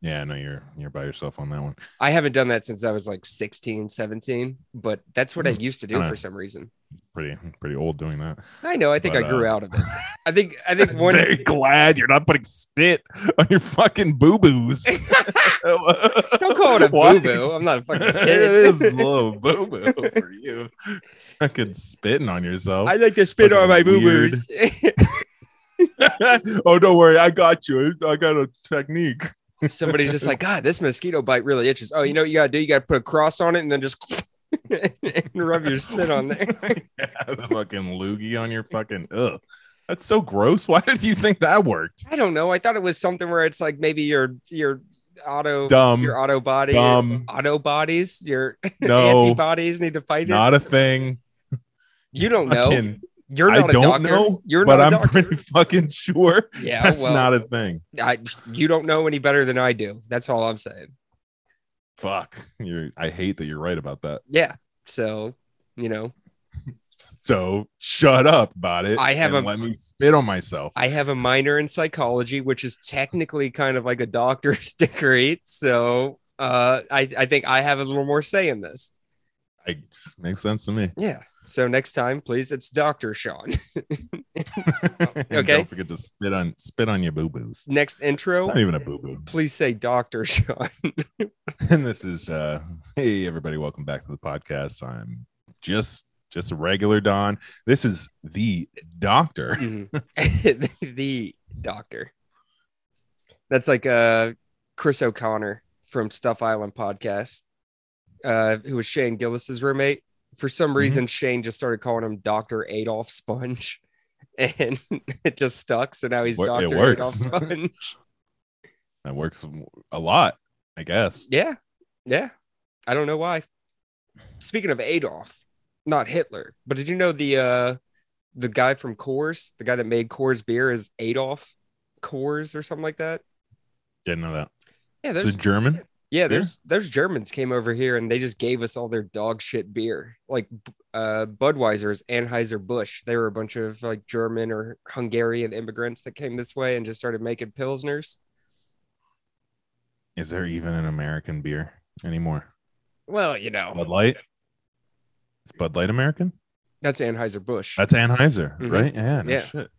[SPEAKER 3] Yeah. No, you're you're by yourself on that one.
[SPEAKER 2] I haven't done that since I was like 16, 17, but that's what I
[SPEAKER 3] Hmm.
[SPEAKER 2] used to do
[SPEAKER 3] Kinda-
[SPEAKER 2] for some reason.
[SPEAKER 3] Pretty pretty old doing that.
[SPEAKER 2] I know. I think
[SPEAKER 3] But,
[SPEAKER 2] I
[SPEAKER 3] uh,
[SPEAKER 2] grew out of it. I think, I think one,
[SPEAKER 3] Very glad you're not putting spit on your fucking boo boos.
[SPEAKER 2] don't call it a boo boo. I'm not a fucking
[SPEAKER 3] it
[SPEAKER 2] kid.
[SPEAKER 3] is a little boo boo for you. Fucking spitting on yourself.
[SPEAKER 2] I like to spit on my boo
[SPEAKER 3] Fucking weird.
[SPEAKER 2] boos.
[SPEAKER 3] oh, don't worry, I got you. I got a technique.
[SPEAKER 2] Somebody's just like, God, this mosquito bite really itches. Oh, you know what you gotta do? You gotta put a cross on it and then just and rub your spit on there.
[SPEAKER 3] yeah, the fucking loogie on your fucking. Ugh, that's so gross. Why did you think that worked?
[SPEAKER 2] I don't know. I thought it was something where it's like maybe your your auto
[SPEAKER 3] Dumb,
[SPEAKER 2] your auto body
[SPEAKER 3] dumb.
[SPEAKER 2] auto bodies your
[SPEAKER 3] No,
[SPEAKER 2] antibodies need to fight it.
[SPEAKER 3] not a thing.
[SPEAKER 2] You don't know.
[SPEAKER 3] Fucking-
[SPEAKER 2] You're
[SPEAKER 3] I
[SPEAKER 2] not a
[SPEAKER 3] don't
[SPEAKER 2] doctor.
[SPEAKER 3] know,
[SPEAKER 2] You're
[SPEAKER 3] but
[SPEAKER 2] not a
[SPEAKER 3] I'm
[SPEAKER 2] doctor.
[SPEAKER 3] pretty fucking sure
[SPEAKER 2] yeah,
[SPEAKER 3] that's
[SPEAKER 2] well,
[SPEAKER 3] not a thing.
[SPEAKER 2] I, you don't know any better than I do. That's all I'm saying.
[SPEAKER 3] Fuck, you're. I hate that you're right about that.
[SPEAKER 2] Yeah. So you know,
[SPEAKER 3] So shut up about it.
[SPEAKER 2] I have
[SPEAKER 3] and
[SPEAKER 2] a-
[SPEAKER 3] let me spit on myself.
[SPEAKER 2] I have a minor in psychology, which is technically kind of like a doctor's degree. So uh, I, I think I have a little more say in this.
[SPEAKER 3] I, makes sense to me.
[SPEAKER 2] Yeah. So next time, please, it's Doctor Sean.
[SPEAKER 3] And
[SPEAKER 2] okay.
[SPEAKER 3] Don't forget to spit on spit on your boo boos.
[SPEAKER 2] next
[SPEAKER 3] It's
[SPEAKER 2] intro,
[SPEAKER 3] not even a boo boo.
[SPEAKER 2] please say Doctor Sean.
[SPEAKER 3] And this is uh hey everybody, welcome back to the podcast. I'm just just a regular Don. This is the doctor.
[SPEAKER 2] Mm-hmm. the Doctor. That's like uh, Chris O'Connor from Stuff Island podcast, uh, who was Shane Gillis's roommate. For
[SPEAKER 3] Mm-hmm.
[SPEAKER 2] some reason, Shane just started calling him Doctor Adolf Sponge, and it just stuck. So now he's
[SPEAKER 3] Wor- it
[SPEAKER 2] Doctor
[SPEAKER 3] works.
[SPEAKER 2] Adolf Sponge.
[SPEAKER 3] That works a lot, I guess.
[SPEAKER 2] yeah, yeah. I don't know why. Speaking of Adolf, not Hitler, but did you know the uh, the guy from Coors, the guy that made Coors beer, is Adolf Coors or something like that?
[SPEAKER 3] Didn't know that.
[SPEAKER 2] Yeah,
[SPEAKER 3] Is
[SPEAKER 2] there's
[SPEAKER 3] it German?
[SPEAKER 2] yeah, there's there's Germans came over here and they just gave us all their dog shit beer, like uh, Budweiser's, Anheuser Busch. They were a bunch of like German or Hungarian immigrants that came this way and just started making pilsners.
[SPEAKER 3] Is there even an American beer anymore?
[SPEAKER 2] Well, you know,
[SPEAKER 3] Bud Light. Is Bud Light American?
[SPEAKER 2] that's Anheuser Busch.
[SPEAKER 3] That's Anheuser,
[SPEAKER 2] Mhm.
[SPEAKER 3] right? Yeah. No
[SPEAKER 2] Yeah.
[SPEAKER 3] shit.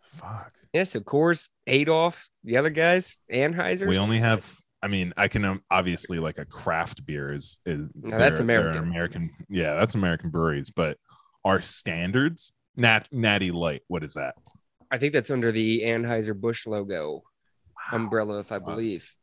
[SPEAKER 3] Fuck.
[SPEAKER 2] Yeah, so Coors, Adolf, the other guys, Anheuser's.
[SPEAKER 3] We only have. I mean, I can um, obviously like a craft beer is is
[SPEAKER 2] No, that's
[SPEAKER 3] they're- they're
[SPEAKER 2] American.
[SPEAKER 3] American. Yeah, that's American breweries, but our standards, Nat Natty Light. What is that?
[SPEAKER 2] I think that's under the Anheuser Busch logo umbrella, if I
[SPEAKER 3] Wow.
[SPEAKER 2] believe.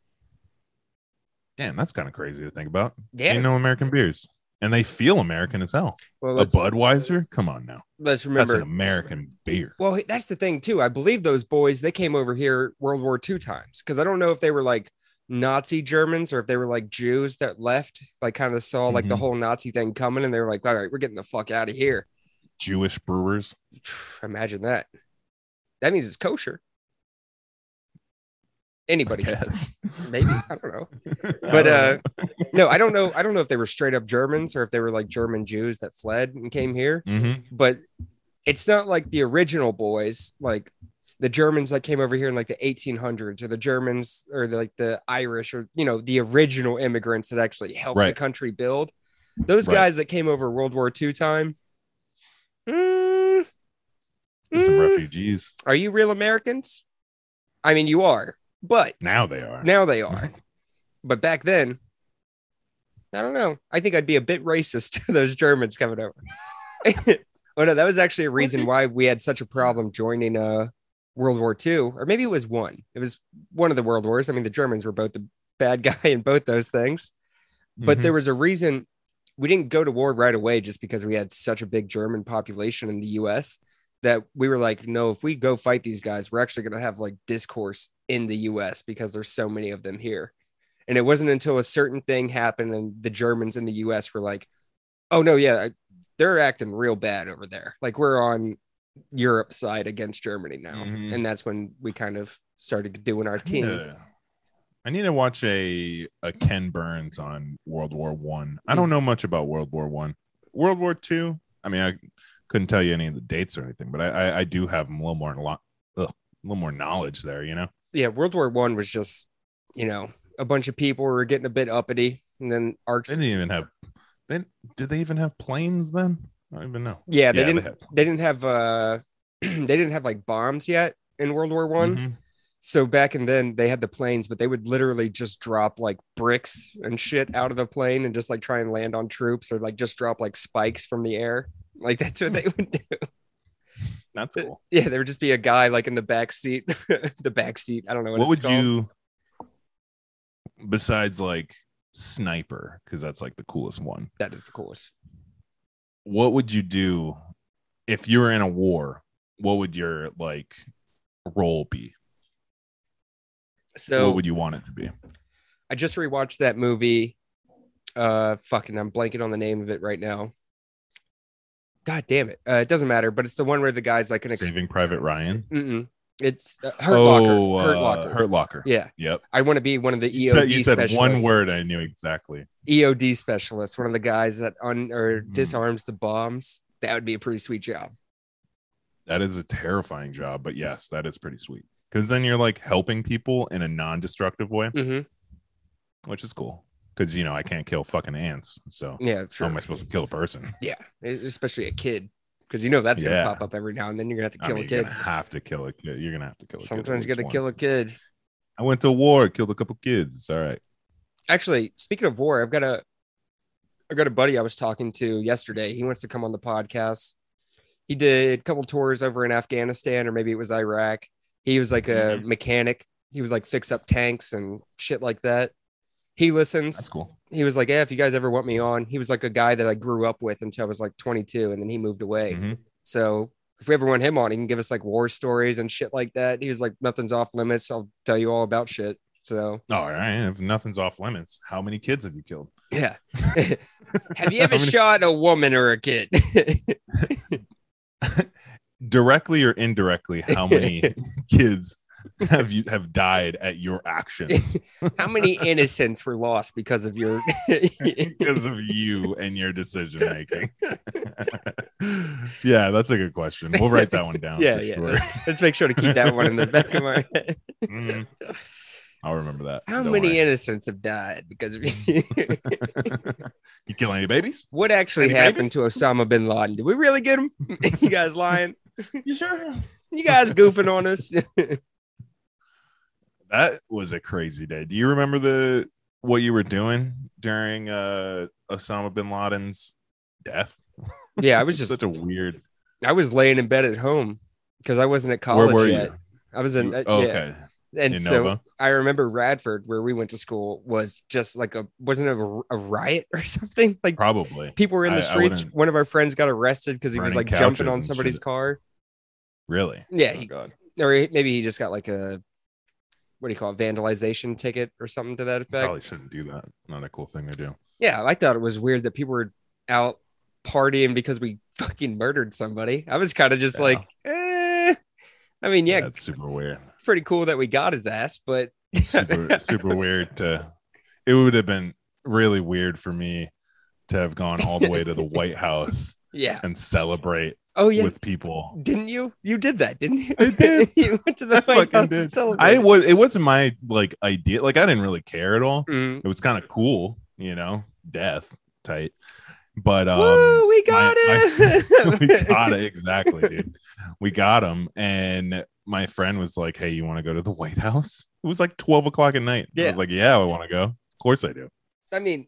[SPEAKER 3] Damn, that's kind of crazy to think about.
[SPEAKER 2] Yeah.
[SPEAKER 3] Ain't no American beers, and they feel American as hell.
[SPEAKER 2] well,
[SPEAKER 3] A
[SPEAKER 2] let's,
[SPEAKER 3] Budweiser. Come on now.
[SPEAKER 2] let's
[SPEAKER 3] That's
[SPEAKER 2] remember.
[SPEAKER 3] an American beer.
[SPEAKER 2] Well, that's the thing too. I believe those boys they came over here World War II times because I don't know if they were like Nazi Germans or if they were like Jews that left, like kind of saw like the
[SPEAKER 3] Mhm.
[SPEAKER 2] whole Nazi thing coming, and they were like, "All right, we're getting the fuck out of here."
[SPEAKER 3] Jewish brewers.
[SPEAKER 2] Imagine that. That means it's kosher. Anybody,
[SPEAKER 3] I
[SPEAKER 2] can-
[SPEAKER 3] guess.
[SPEAKER 2] maybe I don't know.
[SPEAKER 3] I
[SPEAKER 2] but
[SPEAKER 3] don't
[SPEAKER 2] uh
[SPEAKER 3] know.
[SPEAKER 2] no i don't know i don't know if they were straight up germans or if they were like german jews that fled and came here
[SPEAKER 3] Mhm.
[SPEAKER 2] but it's not like the original boys like the germans that came over here in like the 1800s or the germans or like the irish or you know the original immigrants that actually helped the
[SPEAKER 3] Right.
[SPEAKER 2] country build those
[SPEAKER 3] Right.
[SPEAKER 2] guys that came over world war ii time mm,
[SPEAKER 3] There's some
[SPEAKER 2] mm,
[SPEAKER 3] refugees
[SPEAKER 2] are you real americans i mean you are but
[SPEAKER 3] now. They are.
[SPEAKER 2] now they are. But back then, I don't know. I think I'd be a bit racist to those Germans coming over. oh no, that was actually a reason why we had such a problem joining uh World War II, or maybe it was one. It was one of the world wars. I mean, the Germans were both the bad guy in both those things. But
[SPEAKER 3] Mhm.
[SPEAKER 2] there was a reason we didn't go to war right away just because we had such a big German population in the US that we were like, no, if we go fight these guys, we're actually going to have like discourse in the US because there's so many of them here. And it wasn't until a certain thing happened and the Germans in the US were like, oh, no, yeah, they're acting real bad over there. Like we're on Europe's side against Germany now.
[SPEAKER 3] Mhm.
[SPEAKER 2] And that's when we kind of started doing our
[SPEAKER 3] I need
[SPEAKER 2] team.
[SPEAKER 3] to- I need to watch a a Ken Burns on World War One. I.
[SPEAKER 2] Mm.
[SPEAKER 3] don't know much about World War One. World War Two. I. mean, I couldn't tell you any of the dates or anything, but I I, I do have a little more a lot a little more knowledge there. You know.
[SPEAKER 2] yeah, World War One was just, you know, a bunch of people were getting a bit uppity, and then our
[SPEAKER 3] They didn't even have. Then did they even have planes then? I don't even know.
[SPEAKER 2] yeah, they
[SPEAKER 3] Yeah, they
[SPEAKER 2] didn't
[SPEAKER 3] had-
[SPEAKER 2] they, didn't have uh they didn't have like bombs yet in World War One.
[SPEAKER 3] Mhm.
[SPEAKER 2] So back in then they had the planes, but they would literally just drop like bricks and shit out of the plane and just like try and land on troops or like just drop like spikes from the air. Like that's
[SPEAKER 3] Hmm.
[SPEAKER 2] what they would do.
[SPEAKER 3] That's cool.
[SPEAKER 2] Yeah, there would just be a guy like in the back seat, the back seat. I don't know what,
[SPEAKER 3] What,
[SPEAKER 2] it's
[SPEAKER 3] would
[SPEAKER 2] called.
[SPEAKER 3] you? Besides like sniper, because that's like the coolest one.
[SPEAKER 2] That is the coolest.
[SPEAKER 3] what would you do if you were in a war? What would your like role be?
[SPEAKER 2] So
[SPEAKER 3] what would you want it to be?
[SPEAKER 2] I just rewatched that movie. Uh, fucking, I'm blanking on the name of it right now. God damn it! Uh, it doesn't matter, but it's the one where the guy's like an. Ex-
[SPEAKER 3] Saving Private Ryan.
[SPEAKER 2] Mm-mm. it's uh, Hurt Locker. Hurt
[SPEAKER 3] uh,
[SPEAKER 2] Locker.
[SPEAKER 3] Hurt Locker.
[SPEAKER 2] Yeah, E
[SPEAKER 3] Yep.
[SPEAKER 2] I want to be one of the EOD.
[SPEAKER 3] You said, you said
[SPEAKER 2] specialists. E
[SPEAKER 3] one word. I knew exactly.
[SPEAKER 2] EOD specialist, one of the guys that un or
[SPEAKER 3] Mhm.
[SPEAKER 2] disarms the bombs. That would be a pretty sweet job.
[SPEAKER 3] That is a terrifying job, but yes, that is pretty sweet. Because then you're like helping people in a non-destructive way,
[SPEAKER 2] hmm
[SPEAKER 3] which is cool. Because you know I can't kill fucking ants, so
[SPEAKER 2] Yeah, Mm, sure.
[SPEAKER 3] how am I supposed to kill a person?
[SPEAKER 2] yeah, e, especially a kid, because you know that's gonna
[SPEAKER 3] Yeah.
[SPEAKER 2] pop up every now and then. You're gonna have to
[SPEAKER 3] I
[SPEAKER 2] kill
[SPEAKER 3] mean,
[SPEAKER 2] a
[SPEAKER 3] you're
[SPEAKER 2] kid.
[SPEAKER 3] gonna have to kill a kid. You're gonna have to kill. A kid
[SPEAKER 2] Sometimes
[SPEAKER 3] at
[SPEAKER 2] you gotta
[SPEAKER 3] least
[SPEAKER 2] kill a
[SPEAKER 3] once.
[SPEAKER 2] kid.
[SPEAKER 3] I went to war, killed a couple kids. It's all right.
[SPEAKER 2] actually speaking of war i've got a i got a buddy i was talking to yesterday he wants to come on the podcast he did a couple tours over in afghanistan or maybe it was iraq he was like a
[SPEAKER 3] Mhm.
[SPEAKER 2] mechanic he would like fix up tanks and shit like that he
[SPEAKER 3] That's
[SPEAKER 2] listens
[SPEAKER 3] cool.
[SPEAKER 2] he was like yeah if you guys ever want me on he was like a guy that i grew up with until i was like 22 and then he moved away
[SPEAKER 3] Mhm.
[SPEAKER 2] so if we ever want him on he can give us like war stories and shit like that he was like nothing's off limits i'll tell you all about shit so
[SPEAKER 3] Oh, All right. If nothing's off limits, how many kids have you killed?
[SPEAKER 2] Yeah. Have you ever
[SPEAKER 3] I'm gonna-
[SPEAKER 2] shot a woman or a kid?
[SPEAKER 3] Directly or indirectly, how many kids have you have died at your actions
[SPEAKER 2] How many innocents were lost because of your?
[SPEAKER 3] because of you and your decision making. yeah, that's a good question. We'll write that one down.
[SPEAKER 2] Yeah,
[SPEAKER 3] for
[SPEAKER 2] yeah.
[SPEAKER 3] sure.
[SPEAKER 2] Let's make sure to keep that one in the back of my head.
[SPEAKER 3] Mhm. I'll remember that.
[SPEAKER 2] How
[SPEAKER 3] Don't
[SPEAKER 2] many
[SPEAKER 3] worry.
[SPEAKER 2] innocents have died because of
[SPEAKER 3] you kill any babies?
[SPEAKER 2] what actually
[SPEAKER 3] Any
[SPEAKER 2] happened to Osama bin Laden? Did we really get him? you guys lying?
[SPEAKER 3] You sure?
[SPEAKER 2] You guys goofing on us?
[SPEAKER 3] That was a crazy day. Do you remember the what you were doing during uh Osama bin Laden's death?
[SPEAKER 2] yeah, I was just
[SPEAKER 3] such a weird.
[SPEAKER 2] I was laying in bed at home because I wasn't at
[SPEAKER 3] Where
[SPEAKER 2] college
[SPEAKER 3] were
[SPEAKER 2] yet.
[SPEAKER 3] you?
[SPEAKER 2] I was in
[SPEAKER 3] You-
[SPEAKER 2] uh,
[SPEAKER 3] oh,
[SPEAKER 2] yeah.
[SPEAKER 3] okay.
[SPEAKER 2] and
[SPEAKER 3] in
[SPEAKER 2] so
[SPEAKER 3] Nova.
[SPEAKER 2] I remember Radford where we went to school was just like a wasn't it a, a riot or something like
[SPEAKER 3] Probably.
[SPEAKER 2] people were in the
[SPEAKER 3] I- I
[SPEAKER 2] streets.
[SPEAKER 3] wouldn't-
[SPEAKER 2] One of our friends got arrested because he was like
[SPEAKER 3] Burning
[SPEAKER 2] jumping
[SPEAKER 3] couches
[SPEAKER 2] on
[SPEAKER 3] and
[SPEAKER 2] somebody's
[SPEAKER 3] shit.
[SPEAKER 2] car.
[SPEAKER 3] Really?
[SPEAKER 2] Yeah,
[SPEAKER 3] Oh,
[SPEAKER 2] he-
[SPEAKER 3] God.
[SPEAKER 2] or he- maybe he just got like a what do you call it, vandalization ticket or something to that effect.
[SPEAKER 3] Probably shouldn't do that. Not a cool thing to do.
[SPEAKER 2] Yeah, I thought it was weird that people were out partying because we fucking murdered somebody. I was kind of just
[SPEAKER 3] Yeah.
[SPEAKER 2] like, eh. I mean, yeah,
[SPEAKER 3] That's super weird.
[SPEAKER 2] it's pretty cool that we got his ass, but
[SPEAKER 3] super super weird to it would have been really weird for me to have gone all the way to the white house
[SPEAKER 2] yeah.
[SPEAKER 3] and celebrate
[SPEAKER 2] Oh yeah,
[SPEAKER 3] with people
[SPEAKER 2] didn't you? You did that, didn't you?
[SPEAKER 3] I did.
[SPEAKER 2] you went to
[SPEAKER 3] I
[SPEAKER 2] the White
[SPEAKER 3] fucking
[SPEAKER 2] House
[SPEAKER 3] did.
[SPEAKER 2] and celebrated.
[SPEAKER 3] i was it wasn't my like idea like i didn't really care at all
[SPEAKER 2] Mm.
[SPEAKER 3] it was kind of cool you know death tight but um
[SPEAKER 2] Woo, we got
[SPEAKER 3] my-
[SPEAKER 2] it.
[SPEAKER 3] we got it exactly dude we got him and my friend was like hey you want to go to the white house it was like 12 o'clock at night i
[SPEAKER 2] Yeah.
[SPEAKER 3] was like yeah i want to go of course i do
[SPEAKER 2] I mean,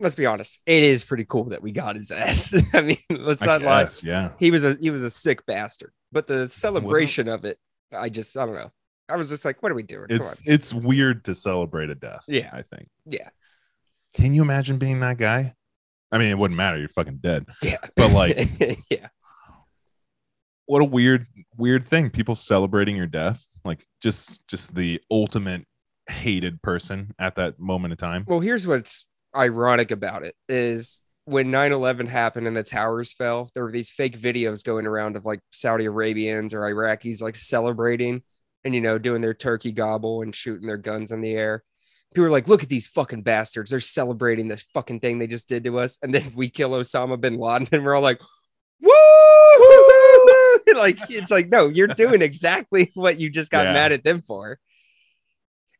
[SPEAKER 2] let's be honest. It is pretty cool that we got his ass. I mean, let's
[SPEAKER 3] I
[SPEAKER 2] not lie.
[SPEAKER 3] guess, yeah
[SPEAKER 2] He was a he was a sick bastard. But the celebration of it, I just I don't know. I was just like, what are we doing? Come on.
[SPEAKER 3] it's it's weird to celebrate a death.
[SPEAKER 2] Yeah.
[SPEAKER 3] I think.
[SPEAKER 2] Yeah.
[SPEAKER 3] Can you imagine being that guy? I mean, it wouldn't matter. You're fucking dead.
[SPEAKER 2] Yeah.
[SPEAKER 3] But like,
[SPEAKER 2] yeah.
[SPEAKER 3] what a weird, weird thing. People celebrating your death, like just, just the ultimate hated person at that moment of time.
[SPEAKER 2] Well, here's what's ironic about it is when 9-11 happened and the towers fell, there were these fake videos going around of like Saudi Arabians or Iraqis like celebrating and you know, doing their turkey gobble and shooting their guns in the air. People were like, look at these fucking bastards. They're celebrating this fucking thing they just did to us. And then we kill Osama bin Laden and we're all like, woo! like it's like, no, you're doing exactly what you just got
[SPEAKER 3] Yeah.
[SPEAKER 2] mad at them for.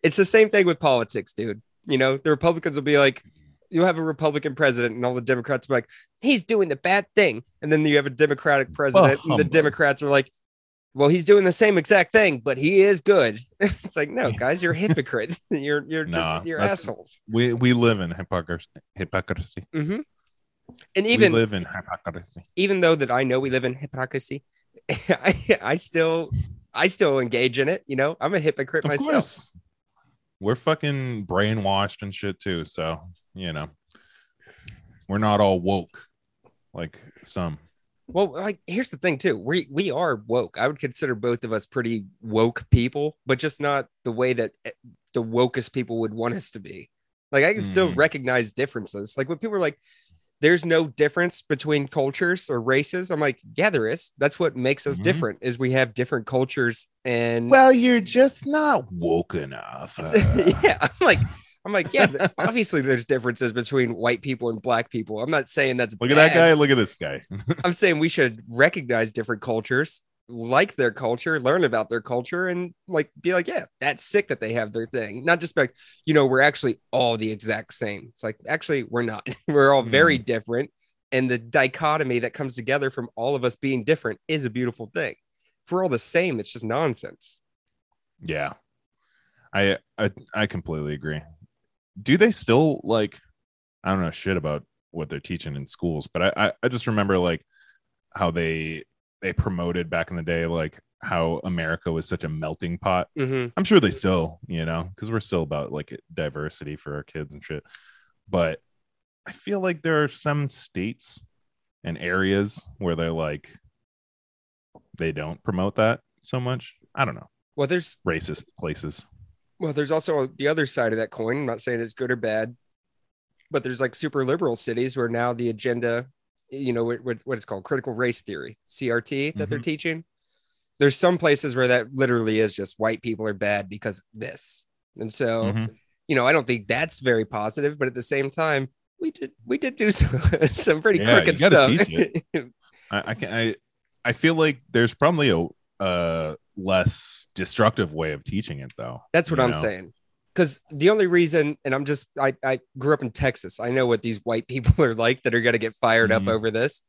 [SPEAKER 2] It's the same thing with politics, dude. You know, the Republicans will be like, you'll have a Republican president, and all the Democrats will be like, he's doing the bad thing. And then you have a Democratic president, and the
[SPEAKER 3] humbug.
[SPEAKER 2] Democrats are like, well, he's doing the same exact thing, but he is good. it's like, no, guys, you're hypocrites. you're you're
[SPEAKER 3] Nah,
[SPEAKER 2] just you're
[SPEAKER 3] that's-
[SPEAKER 2] assholes.
[SPEAKER 3] We we live in hypocrisy. Hypocrisy.
[SPEAKER 2] hmm And
[SPEAKER 3] we
[SPEAKER 2] even
[SPEAKER 3] live in hypocrisy.
[SPEAKER 2] even though that I know we live in hypocrisy, I, I still I still engage in it. You know, I'm a hypocrite
[SPEAKER 3] Of
[SPEAKER 2] myself.
[SPEAKER 3] course. We're fucking brainwashed and shit too. So you know, we're not all woke like some.
[SPEAKER 2] Well, like here's the thing too. We we are woke. I would consider both of us pretty woke people, but just not the way that eh, the wokest people would want us to be. Like I can still
[SPEAKER 3] Mm.
[SPEAKER 2] recognize differences. Like when people are like, "There's no difference between cultures or races," I'm like, "Yeah, there is. That's what makes us
[SPEAKER 3] Mhm.
[SPEAKER 2] different. Is we have different cultures and
[SPEAKER 3] Well, you're just not woke enough.
[SPEAKER 2] yeah." I'm like, I'm like, yeah. th- obviously, there's differences between white people and black people. I'm not saying that's
[SPEAKER 3] Look at that
[SPEAKER 2] bad.
[SPEAKER 3] guy. Look at this guy.
[SPEAKER 2] I'm saying we should recognize different cultures, like their culture, learn about their culture, and like be like, yeah, that's sick that they have their thing. Not just be like, you know, we're actually all the exact same. It's like actually we're not. we're all very different, and the dichotomy that comes together from all of us being different is a beautiful thing. If we're all the same, it's just nonsense.
[SPEAKER 3] Yeah. I, I I completely agree. Do they still like I don't know shit about what they're teaching in schools, but I I, I just remember like how they they promoted back in the day like how America was such a melting pot.
[SPEAKER 2] Mm-hmm.
[SPEAKER 3] I'm sure they still, you know, because we're still about like diversity for our kids and shit. But I feel like there are some states and areas where they're like they don't promote that so much. I don't know.
[SPEAKER 2] Well, there's
[SPEAKER 3] Racist places.
[SPEAKER 2] well, there's also the other side of that coin. I'm not saying it's good or bad, but there's like super liberal cities where now the
[SPEAKER 3] Mm-hmm.
[SPEAKER 2] agenda, you know, what, what, what it's called critical race theory, CRT, that they're teaching. there's some places where that literally is just white people are bad because of this. And so,
[SPEAKER 3] Mhm.
[SPEAKER 2] you know, I don't think that's very positive, but at the same time, we did we did do some, some pretty
[SPEAKER 3] Yeah, you
[SPEAKER 2] crooked stuff.
[SPEAKER 3] gotta teach I, I can I I feel like there's probably a uh less destructive way of teaching it though.
[SPEAKER 2] That's what
[SPEAKER 3] you
[SPEAKER 2] I'm
[SPEAKER 3] know?
[SPEAKER 2] saying. Because the only reason, and I'm just, I, I grew up in Texas. I know what these white people are like that are going to get fired
[SPEAKER 3] Mhm.
[SPEAKER 2] up over this.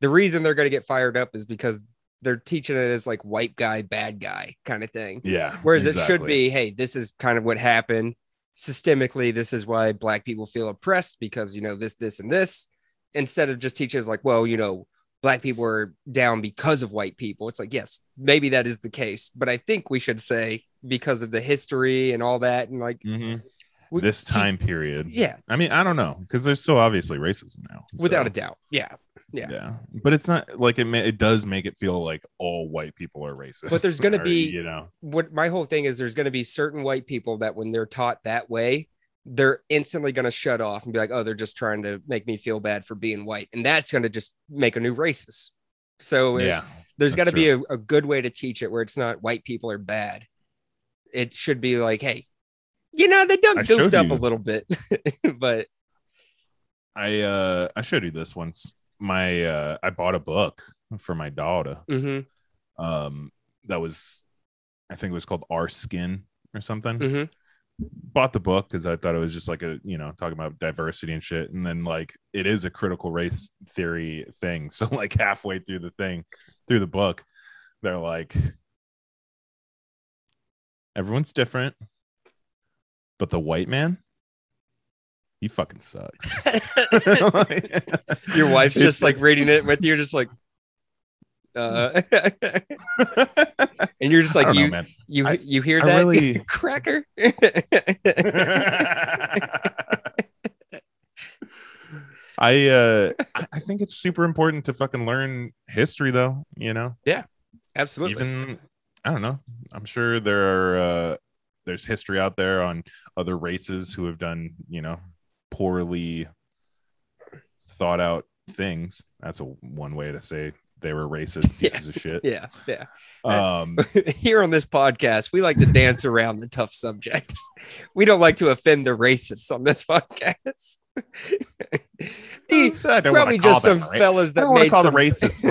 [SPEAKER 2] The reason they're going to get fired up is because they're teaching it as like white guy, bad guy kind of thing.
[SPEAKER 3] Yeah.
[SPEAKER 2] Whereas it should
[SPEAKER 3] exactly.
[SPEAKER 2] be, hey, this is kind of what happened systemically. This is why black people feel oppressed because, you know, this, this, and this. Instead of just teaching us like, well, you know, black people are down because of white people. It's like, yes, maybe that is the case. But I think we should say because of the history and all that. And like
[SPEAKER 3] Mhm.
[SPEAKER 2] we-
[SPEAKER 3] this
[SPEAKER 2] see-
[SPEAKER 3] time period.
[SPEAKER 2] Yeah,
[SPEAKER 3] I mean, I don't know because there's so obviously racism now.
[SPEAKER 2] without
[SPEAKER 3] so,
[SPEAKER 2] a doubt. Yeah. yeah.
[SPEAKER 3] But it's not like it. Ma- it does make it feel like all white people are racist.
[SPEAKER 2] But there's gonna
[SPEAKER 3] or,
[SPEAKER 2] be-
[SPEAKER 3] you know,
[SPEAKER 2] What my whole thing is there's going to be certain white people that when they're taught that way, they're instantly going to shut off and be like, oh, they're just trying to make me feel bad for being white. And that's going to just make a new racist. So it-
[SPEAKER 3] yeah,
[SPEAKER 2] there's got to
[SPEAKER 3] That's
[SPEAKER 2] be a, a good way to teach it where it's not white people are bad. It should be like, hey, you know, they done
[SPEAKER 3] I
[SPEAKER 2] goofed
[SPEAKER 3] showed
[SPEAKER 2] up
[SPEAKER 3] you.
[SPEAKER 2] a little bit, but
[SPEAKER 3] I uh I showed you this once. My uh I bought a book for my daughter.
[SPEAKER 2] mhm,
[SPEAKER 3] Um, that was, I think it was called Our Skin or something.
[SPEAKER 2] mhm.
[SPEAKER 3] bought the book because I thought it was just like a you know talking about diversity and shit, and then like it is a critical race theory thing. So like halfway through the thing, through the book, they're like, everyone's different, but the white man, he fucking sucks.
[SPEAKER 2] your wife's
[SPEAKER 3] It's-
[SPEAKER 2] just like reading it with you, just like, uh, and you're just
[SPEAKER 3] I
[SPEAKER 2] like,
[SPEAKER 3] don't know,
[SPEAKER 2] you,
[SPEAKER 3] man.
[SPEAKER 2] you,
[SPEAKER 3] I-
[SPEAKER 2] you hear
[SPEAKER 3] I
[SPEAKER 2] that
[SPEAKER 3] really-
[SPEAKER 2] cracker?
[SPEAKER 3] I uh I I think it's super important to fucking learn history though, you know.
[SPEAKER 2] Absolutely.
[SPEAKER 3] Even I don't know. I'm sure there are uh there's history out there on other races who have done, you know, poorly thought out things. That's a one way to say they were racist
[SPEAKER 2] Yeah.
[SPEAKER 3] pieces of shit.
[SPEAKER 2] yeah. Yeah.
[SPEAKER 3] Um
[SPEAKER 2] here on this podcast, we like to dance around the tough subjects. We don't like to offend the racists on this podcast. The-
[SPEAKER 3] I don't wanna
[SPEAKER 2] probably
[SPEAKER 3] call
[SPEAKER 2] just
[SPEAKER 3] them
[SPEAKER 2] some
[SPEAKER 3] ra-
[SPEAKER 2] fellas
[SPEAKER 3] I
[SPEAKER 2] that
[SPEAKER 3] don't want to
[SPEAKER 2] made
[SPEAKER 3] call
[SPEAKER 2] some,
[SPEAKER 3] the racists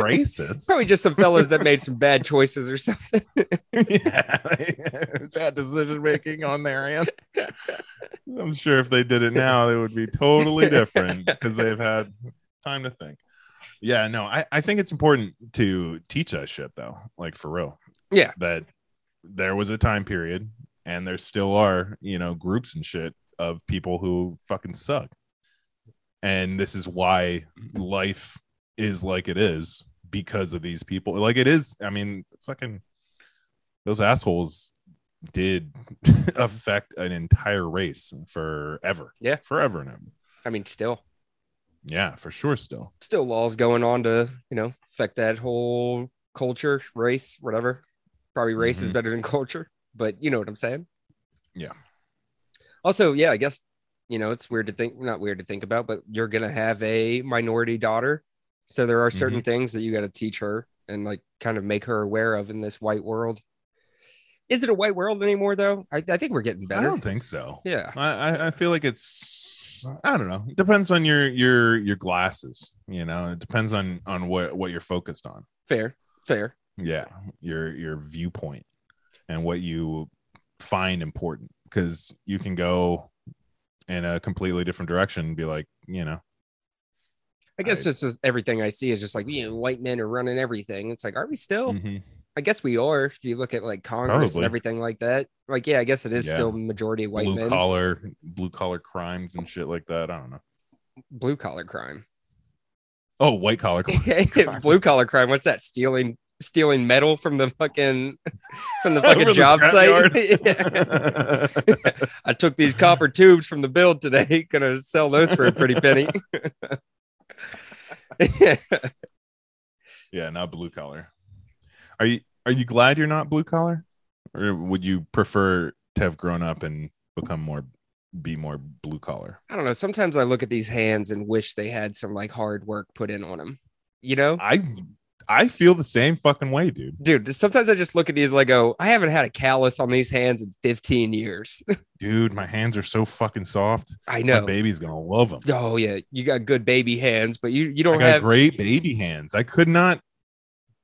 [SPEAKER 3] racist.
[SPEAKER 2] probably just some fellas that made some bad choices or something.
[SPEAKER 3] yeah, bad decision making on their end. I'm sure if they did it now, they would be totally different because they've had time to think. Yeah, no, I, I think it's important to teach us shit though, like for real.
[SPEAKER 2] Yeah.
[SPEAKER 3] That there was a time period and there still are, you know, groups and shit of people who fucking suck. And this is why life is like it is because of these people. Like it is, I mean, fucking those assholes did affect an entire race forever.
[SPEAKER 2] Yeah.
[SPEAKER 3] Forever and ever.
[SPEAKER 2] I mean, still,
[SPEAKER 3] Yeah, for sure still.
[SPEAKER 2] still laws going on to, you know, affect that whole culture, race, whatever. Probably race is
[SPEAKER 3] Mhm.
[SPEAKER 2] better than culture, but you know what I'm saying?
[SPEAKER 3] Yeah.
[SPEAKER 2] Also, yeah, I guess you know it's weird to think not weird to think about, but you're gonna have a minority daughter, so there are certain
[SPEAKER 3] Mm-hmm.
[SPEAKER 2] things that you got to teach her and like kind of make her aware of in this white world. Is it a white world anymore though? I, I think we're getting
[SPEAKER 3] I
[SPEAKER 2] better.
[SPEAKER 3] don't think so.
[SPEAKER 2] Yeah,
[SPEAKER 3] I, I, I feel like it's I don't know. It depends on your your your glasses, you know. It depends on on what what you're focused on.
[SPEAKER 2] fair, fair.
[SPEAKER 3] yeah your your viewpoint and what you find important because you can go in a completely different direction and be like you know
[SPEAKER 2] I guess
[SPEAKER 3] I-
[SPEAKER 2] this is everything I see is just like you know, white men are running everything. It's like, are we still?
[SPEAKER 3] mhm.
[SPEAKER 2] I guess we are. If you look at like Congress and
[SPEAKER 3] Probably.
[SPEAKER 2] everything like that, like yeah, I guess it is
[SPEAKER 3] Yeah.
[SPEAKER 2] still majority white
[SPEAKER 3] blue
[SPEAKER 2] men.
[SPEAKER 3] collar blue collar crimes and shit like that i don't know
[SPEAKER 2] Blue collar crime.
[SPEAKER 3] oh white collar crime.
[SPEAKER 2] blue collar crime. What's that? Stealing stealing metal from the fucking from the fucking
[SPEAKER 3] From the
[SPEAKER 2] job site. Yeah.
[SPEAKER 3] scrapyard.
[SPEAKER 2] I took these copper tubes from the build today. Gonna sell those for a pretty penny.
[SPEAKER 3] yeah not blue collar are you are you glad you're not blue collar or would you prefer to have grown up and become more be more blue collar
[SPEAKER 2] I don't know. Sometimes I look at these hands and wish they had some like hard work put in on them. You know?
[SPEAKER 3] I I feel the same fucking way, dude.
[SPEAKER 2] Dude, sometimes I just look at these and I go, I haven't had a callus on these hands in 15 years.
[SPEAKER 3] Dude, my hands are so fucking soft.
[SPEAKER 2] I
[SPEAKER 3] My
[SPEAKER 2] know.
[SPEAKER 3] baby's gonna love them.
[SPEAKER 2] Oh yeah, you got good baby hands, but you you
[SPEAKER 3] I
[SPEAKER 2] don't
[SPEAKER 3] got
[SPEAKER 2] have
[SPEAKER 3] great baby hands. I could not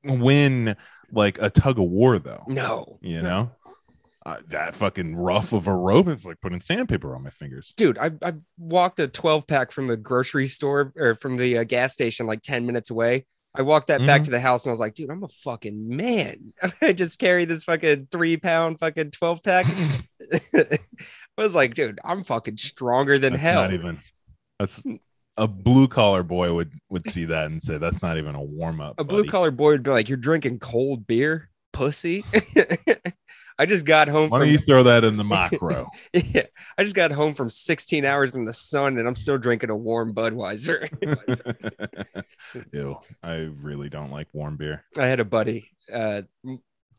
[SPEAKER 3] win like a tug of war though.
[SPEAKER 2] no.
[SPEAKER 3] You know, uh, that fucking rough of a rope. It's like putting sandpaper on my fingers.
[SPEAKER 2] Dude, I, I walked a 12 pack from the grocery store or from the uh, gas station like 10 minutes away. I walked that back
[SPEAKER 3] Mhm.
[SPEAKER 2] to the house and I was like, dude, I'm a fucking man. I just carry this fucking three pound fucking 12 pack. I was like, dude, I'm fucking stronger than
[SPEAKER 3] that's
[SPEAKER 2] hell.
[SPEAKER 3] not even. That's a blue collar boy would would see that and say that's not even a warm up.
[SPEAKER 2] a blue collar boy would be like, you're drinking cold beer, pussy. I just got home
[SPEAKER 3] Why
[SPEAKER 2] from
[SPEAKER 3] don't you throw that in the macro?
[SPEAKER 2] Yeah, I just got home from 16 hours in the sun and I'm still drinking a warm Budweiser.
[SPEAKER 3] Ew, I really don't like warm beer.
[SPEAKER 2] I had a buddy, uh,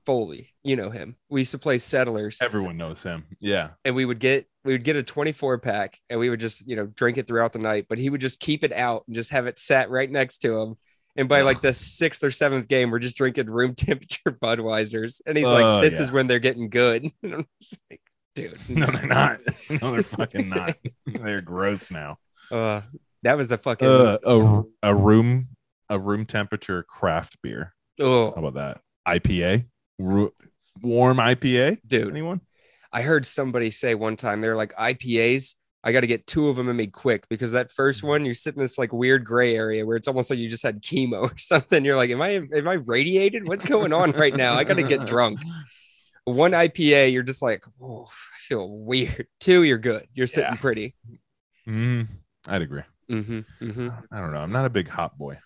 [SPEAKER 2] Foley, you know him. We used to play Settlers
[SPEAKER 3] Everyone knows him. Yeah,
[SPEAKER 2] and we would get we would get a 24 pack and we would just, you know, drink it throughout the night, but he would just keep it out and just have it sat right next to him. And by like the sixth or seventh game, we're just drinking room temperature Budweisers. And he's
[SPEAKER 3] Oh,
[SPEAKER 2] like, this
[SPEAKER 3] yeah.
[SPEAKER 2] is when they're getting good. And I'm just like, dude,
[SPEAKER 3] no, they're not. No, they're fucking not. they're gross now.
[SPEAKER 2] Uh, that was the fucking,
[SPEAKER 3] Uh, a a room a room temperature craft beer. How
[SPEAKER 2] oh,
[SPEAKER 3] about that? IPA, Ru- warm IPA.
[SPEAKER 2] dude.
[SPEAKER 3] Anyone?
[SPEAKER 2] I heard somebody say one time they're like IPAs. I got to get two of them in me quick because that
[SPEAKER 3] Mm-hmm.
[SPEAKER 2] first one you sit in this like weird gray area where it's almost like you just had chemo or something. You're like, am I am I radiated? What's going on right now? I got to get drunk. One IPA, you're just like, oh, I feel weird. Two, you're good. You're sitting
[SPEAKER 3] Yeah. Mm-hmm,
[SPEAKER 2] pretty.
[SPEAKER 3] Mm, I'd agree.
[SPEAKER 2] hmm hmm
[SPEAKER 3] I don't know. I'm not a big hot boy.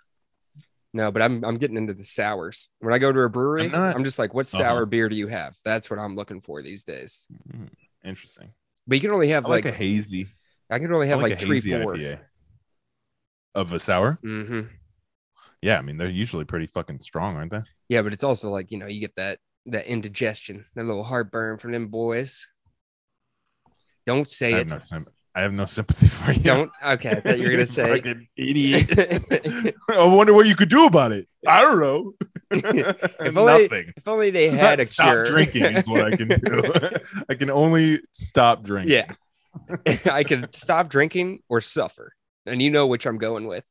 [SPEAKER 2] No, but I'm I'm getting into the sours. When I go to a brewery,
[SPEAKER 3] I'm
[SPEAKER 2] I'm,
[SPEAKER 3] not-
[SPEAKER 2] just like, what
[SPEAKER 3] Uh-huh.
[SPEAKER 2] sour beer do you have? That's what I'm looking for these days.
[SPEAKER 3] Mm, interesting.
[SPEAKER 2] But you can only
[SPEAKER 3] I
[SPEAKER 2] have
[SPEAKER 3] like,
[SPEAKER 2] like,
[SPEAKER 3] a hazy.
[SPEAKER 2] I can only
[SPEAKER 3] I
[SPEAKER 2] have
[SPEAKER 3] like,
[SPEAKER 2] like,
[SPEAKER 3] a
[SPEAKER 2] three,
[SPEAKER 3] hazy
[SPEAKER 2] 4
[SPEAKER 3] IPA. Of a sour?
[SPEAKER 2] Mm-hmm.
[SPEAKER 3] Yeah, I mean they're usually pretty fucking strong, aren't they?
[SPEAKER 2] Yeah, but it's also like you know you get that that indigestion, that little heartburn from them boys. Don't say
[SPEAKER 3] I
[SPEAKER 2] it.
[SPEAKER 3] have no symp- I have no sympathy for you.
[SPEAKER 2] Don't. Okay, I thought you were gonna
[SPEAKER 3] You
[SPEAKER 2] say.
[SPEAKER 3] fucking idiot. I wonder what you could do about it. I don't know.
[SPEAKER 2] only-
[SPEAKER 3] Nothing.
[SPEAKER 2] if only they had a
[SPEAKER 3] stop
[SPEAKER 2] cure.
[SPEAKER 3] drinking is what I can do. I can only stop drinking.
[SPEAKER 2] yeah, I could stop drinking or suffer, and you know which I'm going with.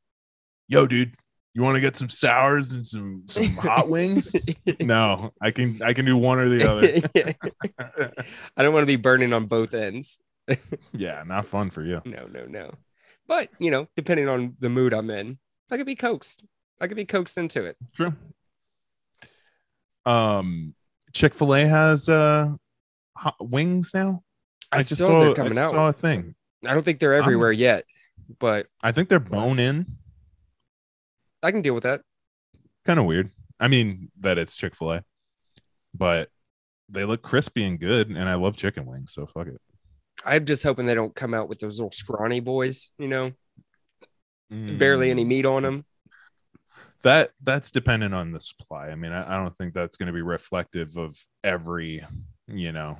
[SPEAKER 3] Yo, dude, you want to get some sours and some some hot wings? no, I can I can do one or the other.
[SPEAKER 2] I don't want to be burning on both ends.
[SPEAKER 3] yeah, not fun for you.
[SPEAKER 2] No, no, no. But you know, depending on the mood I'm in, I could be coaxed. I could be coaxed into it.
[SPEAKER 3] True. Um, Chick Fil A has uh hot wings now. I, just
[SPEAKER 2] still-
[SPEAKER 3] saw I just saw a thing.
[SPEAKER 2] I don't think they're everywhere yet, but
[SPEAKER 3] I think they're bone in.
[SPEAKER 2] I can deal with that.
[SPEAKER 3] Kind of weird. I mean that it's Chick Fil A, but they look crispy and good, and I love chicken wings, so fuck it.
[SPEAKER 2] I'm just hoping they don't come out with those little scrawny boys, you know,
[SPEAKER 3] Mm.
[SPEAKER 2] barely any meat on them.
[SPEAKER 3] that that's dependent on the supply i mean i, I don't think that's going to be reflective of every you know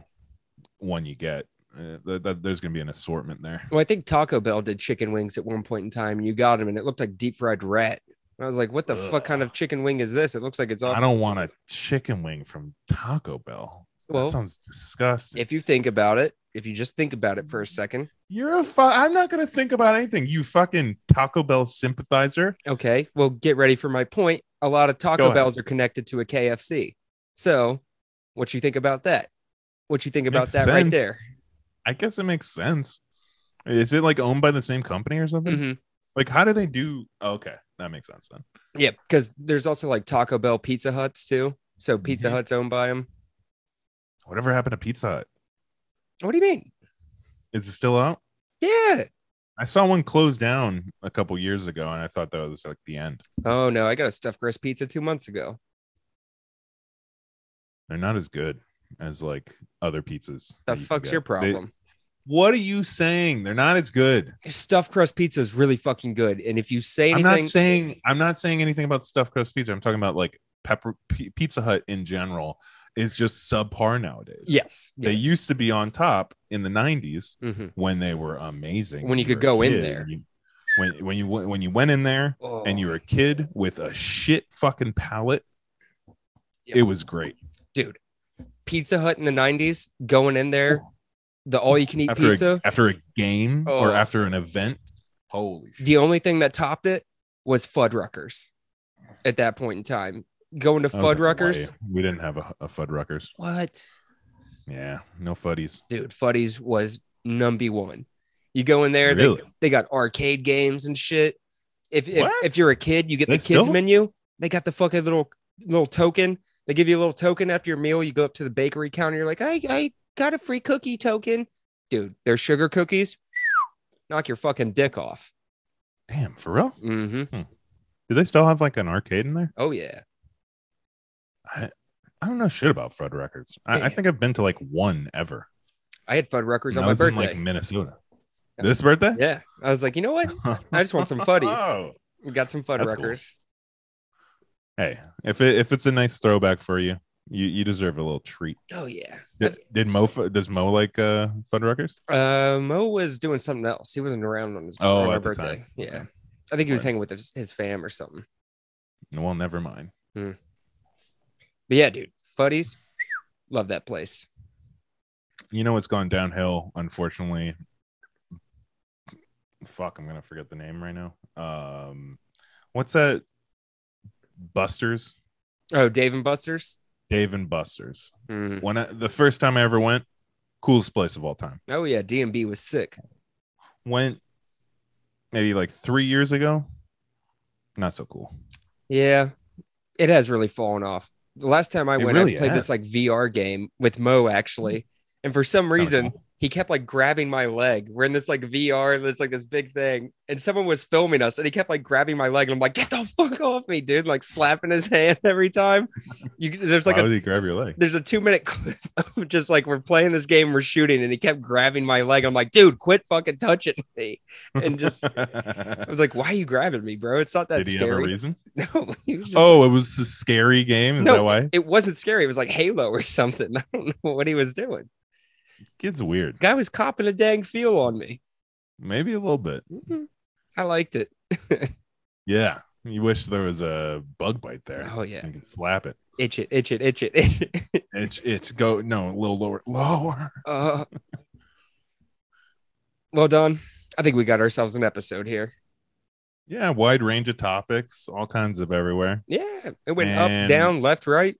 [SPEAKER 3] one you get uh, th- th- there's going to be an assortment there
[SPEAKER 2] Well, I think Taco Bell did chicken wings at one point in time, and you got them, and it looked like deep fried rat. And I was like, what the fuck kind of chicken wing is this? It looks like it's off.
[SPEAKER 3] i don't want a chicken wing from taco bell that
[SPEAKER 2] Well,
[SPEAKER 3] sounds disgusting
[SPEAKER 2] if you think about it, if you just think about it for
[SPEAKER 3] Mm.
[SPEAKER 2] a second,
[SPEAKER 3] you're a fu- i'm not going to think about anything you fucking taco bell sympathizer
[SPEAKER 2] okay, well, get ready for my point. A lot of
[SPEAKER 3] Go
[SPEAKER 2] Taco
[SPEAKER 3] ahead.
[SPEAKER 2] Bells are connected to a KFC. So, what you think about that? What you think about
[SPEAKER 3] Makes
[SPEAKER 2] that right
[SPEAKER 3] sense.
[SPEAKER 2] there?
[SPEAKER 3] i guess it makes sense is it like owned by the same company or something
[SPEAKER 2] Mhm.
[SPEAKER 3] like how do they do oh, okay that makes sense then
[SPEAKER 2] Yeah, because there's also like Taco Bell Pizza Huts too. So Pizza
[SPEAKER 3] Mhm.
[SPEAKER 2] Hut's owned by them.
[SPEAKER 3] whatever happened to pizza hut
[SPEAKER 2] What do you mean?
[SPEAKER 3] is it still out
[SPEAKER 2] Yeah.
[SPEAKER 3] I saw one close down a couple years ago, and I thought that was like the end.
[SPEAKER 2] Oh no, I got a stuffed crust pizza two months ago.
[SPEAKER 3] They're not as good as like other pizzas.
[SPEAKER 2] The
[SPEAKER 3] that you can
[SPEAKER 2] fuck's
[SPEAKER 3] get.
[SPEAKER 2] your
[SPEAKER 3] They-
[SPEAKER 2] problem?
[SPEAKER 3] what are you saying? They're not as good.
[SPEAKER 2] stuffed crust pizza is really fucking good, and if you say
[SPEAKER 3] I'm
[SPEAKER 2] anything,
[SPEAKER 3] not saying I'm not saying anything about stuffed crust pizza. I'm talking about like pepper P- Pizza Hut in general is just subpar nowadays.
[SPEAKER 2] yes,
[SPEAKER 3] They
[SPEAKER 2] yes.
[SPEAKER 3] used to be on top in the 90s
[SPEAKER 2] Mhm.
[SPEAKER 3] when they were amazing.
[SPEAKER 2] When you
[SPEAKER 3] were
[SPEAKER 2] could
[SPEAKER 3] a
[SPEAKER 2] go in
[SPEAKER 3] kid,
[SPEAKER 2] there.
[SPEAKER 3] you- when when you when you went in there and you were a kid with a shit fucking palate,
[SPEAKER 2] Yep.
[SPEAKER 3] it was great.
[SPEAKER 2] Pizza Hut in the '90s, going in there, the all-you-can-eat
[SPEAKER 3] Oh. After
[SPEAKER 2] pizza.
[SPEAKER 3] a, after a game
[SPEAKER 2] Oh.
[SPEAKER 3] or after an event, holy shit.
[SPEAKER 2] the only thing that topped it was Fuddruckers. At that point in time, going to
[SPEAKER 3] I was in
[SPEAKER 2] Fuddruckers.
[SPEAKER 3] Hawaii. We didn't have a, a Fuddruckers.
[SPEAKER 2] What?
[SPEAKER 3] Yeah, no fuddies.
[SPEAKER 2] dude, Fuddy's was number one. You go in there,
[SPEAKER 3] Really?
[SPEAKER 2] they, they got arcade games and shit. If if,
[SPEAKER 3] What?
[SPEAKER 2] if you're a kid, you get
[SPEAKER 3] They
[SPEAKER 2] the kids
[SPEAKER 3] still-
[SPEAKER 2] menu. They got the fucking little little token. They give you a little token after your meal. You go up to the bakery counter. You're like, I I got a free cookie token, dude. They're sugar cookies. Knock your fucking dick off.
[SPEAKER 3] Damn, for real?
[SPEAKER 2] Mm-hmm.
[SPEAKER 3] Do they still have like an arcade in there?
[SPEAKER 2] Oh yeah.
[SPEAKER 3] I, I don't know shit about Fuddruckers. I, I
[SPEAKER 2] Damn.
[SPEAKER 3] think I've been to like one ever.
[SPEAKER 2] I had Fuddruckers
[SPEAKER 3] And
[SPEAKER 2] on
[SPEAKER 3] I
[SPEAKER 2] my
[SPEAKER 3] was in
[SPEAKER 2] birthday.
[SPEAKER 3] like Minnesota.
[SPEAKER 2] Yeah.
[SPEAKER 3] This birthday?
[SPEAKER 2] yeah, I was like, you know what? I just want some fuddies.
[SPEAKER 3] Oh.
[SPEAKER 2] We got some
[SPEAKER 3] That's cool.
[SPEAKER 2] Fuddruckers.
[SPEAKER 3] Hey, if it, if it's a nice throwback for you, you, you deserve a little treat.
[SPEAKER 2] Oh yeah.
[SPEAKER 3] Did, did Mo fu- does Mo like uh, Fuddruckers?
[SPEAKER 2] Uh, Mo was doing something else. He wasn't around on his
[SPEAKER 3] Oh,
[SPEAKER 2] on my
[SPEAKER 3] at the
[SPEAKER 2] birthday.
[SPEAKER 3] time.
[SPEAKER 2] Yeah,
[SPEAKER 3] Okay.
[SPEAKER 2] I think he was
[SPEAKER 3] Word.
[SPEAKER 2] hanging with his, his fam or something.
[SPEAKER 3] Well, never mind.
[SPEAKER 2] But yeah, dude, Fuddies, love that place.
[SPEAKER 3] You know it's gone downhill, unfortunately. Fuck, I'm gonna forget the name right now. Um, what's that? Buster's,
[SPEAKER 2] Oh, Dave and Buster's.
[SPEAKER 3] Dave and Buster's.
[SPEAKER 2] Mm.
[SPEAKER 3] When I, the first time I ever went, coolest place of all time.
[SPEAKER 2] Oh yeah, DMB was sick.
[SPEAKER 3] Went maybe like three years ago. Not so cool.
[SPEAKER 2] Yeah, it has really fallen off. The last time I
[SPEAKER 3] It
[SPEAKER 2] went,
[SPEAKER 3] really
[SPEAKER 2] I played
[SPEAKER 3] has.
[SPEAKER 2] this like VR game with Mo actually, and for some
[SPEAKER 3] Kinda
[SPEAKER 2] reason,
[SPEAKER 3] cool.
[SPEAKER 2] he kept like grabbing my leg. We're in this like VR, and it's like this big thing, and someone was filming us, and he kept like grabbing my leg, and I'm like, "Get the fuck off me, dude!" Like slapping his hand every time. You, there's like
[SPEAKER 3] Why
[SPEAKER 2] a
[SPEAKER 3] would he grab your leg?
[SPEAKER 2] there's a two minute clip of just like we're playing this game, we're shooting, and he kept grabbing my leg. I'm like, "Dude, quit fucking touching me!" And just I
[SPEAKER 3] Did
[SPEAKER 2] was like, "Why are you grabbing me, bro? It's not that
[SPEAKER 3] he have a
[SPEAKER 2] scary."
[SPEAKER 3] reason?
[SPEAKER 2] No, he was just,
[SPEAKER 3] Oh, it was a scary game. Is
[SPEAKER 2] No,
[SPEAKER 3] that why?
[SPEAKER 2] it wasn't scary. It was like Halo or something. I don't know what he was doing.
[SPEAKER 3] Kid's weird.
[SPEAKER 2] Guy was copping a dang feel on me.
[SPEAKER 3] Maybe a little bit.
[SPEAKER 2] Mhm. I liked it.
[SPEAKER 3] Yeah. You wish there was a bug bite there.
[SPEAKER 2] Oh yeah.
[SPEAKER 3] You can slap it.
[SPEAKER 2] itch it, itch it, itch it, itch it.
[SPEAKER 3] It's it's go no a little lower lower.
[SPEAKER 2] Uh, well done. I think we got ourselves an episode here.
[SPEAKER 3] Yeah, wide range of topics, all kinds of everywhere.
[SPEAKER 2] Yeah, it went
[SPEAKER 3] And-
[SPEAKER 2] up, down, left, right.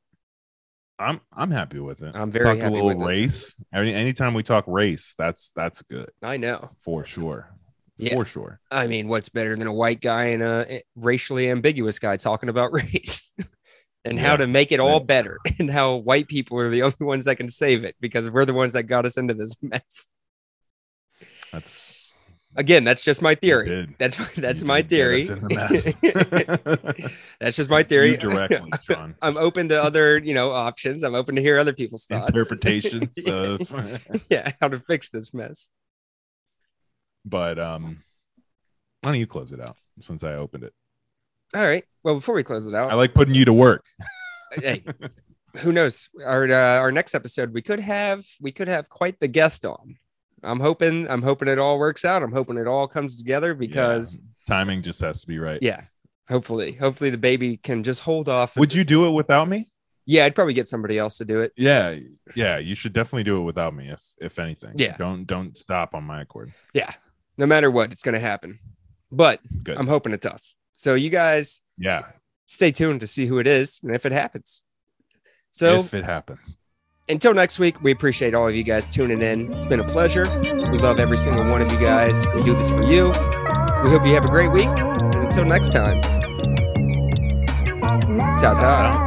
[SPEAKER 3] I'm I'm happy with it.
[SPEAKER 2] I'm very
[SPEAKER 3] Talked
[SPEAKER 2] happy
[SPEAKER 3] a little
[SPEAKER 2] with it.
[SPEAKER 3] race. Any anytime we talk race, that's that's good
[SPEAKER 2] I know.
[SPEAKER 3] for sure.
[SPEAKER 2] Yeah.
[SPEAKER 3] For sure.
[SPEAKER 2] I mean, what's better than a white guy and a eh, racially ambiguous guy talking about race and how
[SPEAKER 3] Yeah.
[SPEAKER 2] to make it all better and how white people are the only ones that can save it because we're the ones that got us into this mess.
[SPEAKER 3] That's
[SPEAKER 2] Again, that's just my
[SPEAKER 3] you
[SPEAKER 2] theory.
[SPEAKER 3] did-
[SPEAKER 2] That's my, that's
[SPEAKER 3] you
[SPEAKER 2] my
[SPEAKER 3] did get
[SPEAKER 2] theory.
[SPEAKER 3] us in the mess.
[SPEAKER 2] that's just my theory.
[SPEAKER 3] You directly, Sean.
[SPEAKER 2] I'm open to other, you know, options. I'm open to hear other people's thoughts.
[SPEAKER 3] interpretations
[SPEAKER 2] Yeah.
[SPEAKER 3] of
[SPEAKER 2] yeah, how to fix this mess.
[SPEAKER 3] but um why don't you close it out since i opened it
[SPEAKER 2] All right. Well, before we close it out,
[SPEAKER 3] i like putting you to work
[SPEAKER 2] hey, who knows? Our uh, our next episode, we could have we could have quite the guest on. I'm hoping I'm hoping it all works out. I'm hoping it all comes together because
[SPEAKER 3] timing just has to be right
[SPEAKER 2] yeah, hopefully hopefully the baby can just hold off.
[SPEAKER 3] would you do it without me
[SPEAKER 2] yeah, I'd probably get somebody else to do it.
[SPEAKER 3] yeah yeah you should definitely do it without me if if anything
[SPEAKER 2] Yeah.
[SPEAKER 3] don't don't stop on my accord
[SPEAKER 2] Yeah, no matter what, it's going to happen. But
[SPEAKER 3] Good.
[SPEAKER 2] I'm hoping it's us. So you guys
[SPEAKER 3] yeah
[SPEAKER 2] stay tuned to see who it is and if it happens. So
[SPEAKER 3] if it happens
[SPEAKER 2] until next week, we appreciate all of you guys tuning in. It's been a pleasure. We love every single one of you guys. We do this for you. We hope you have a great week. And until next time, ciao, ciao.
[SPEAKER 3] Wow.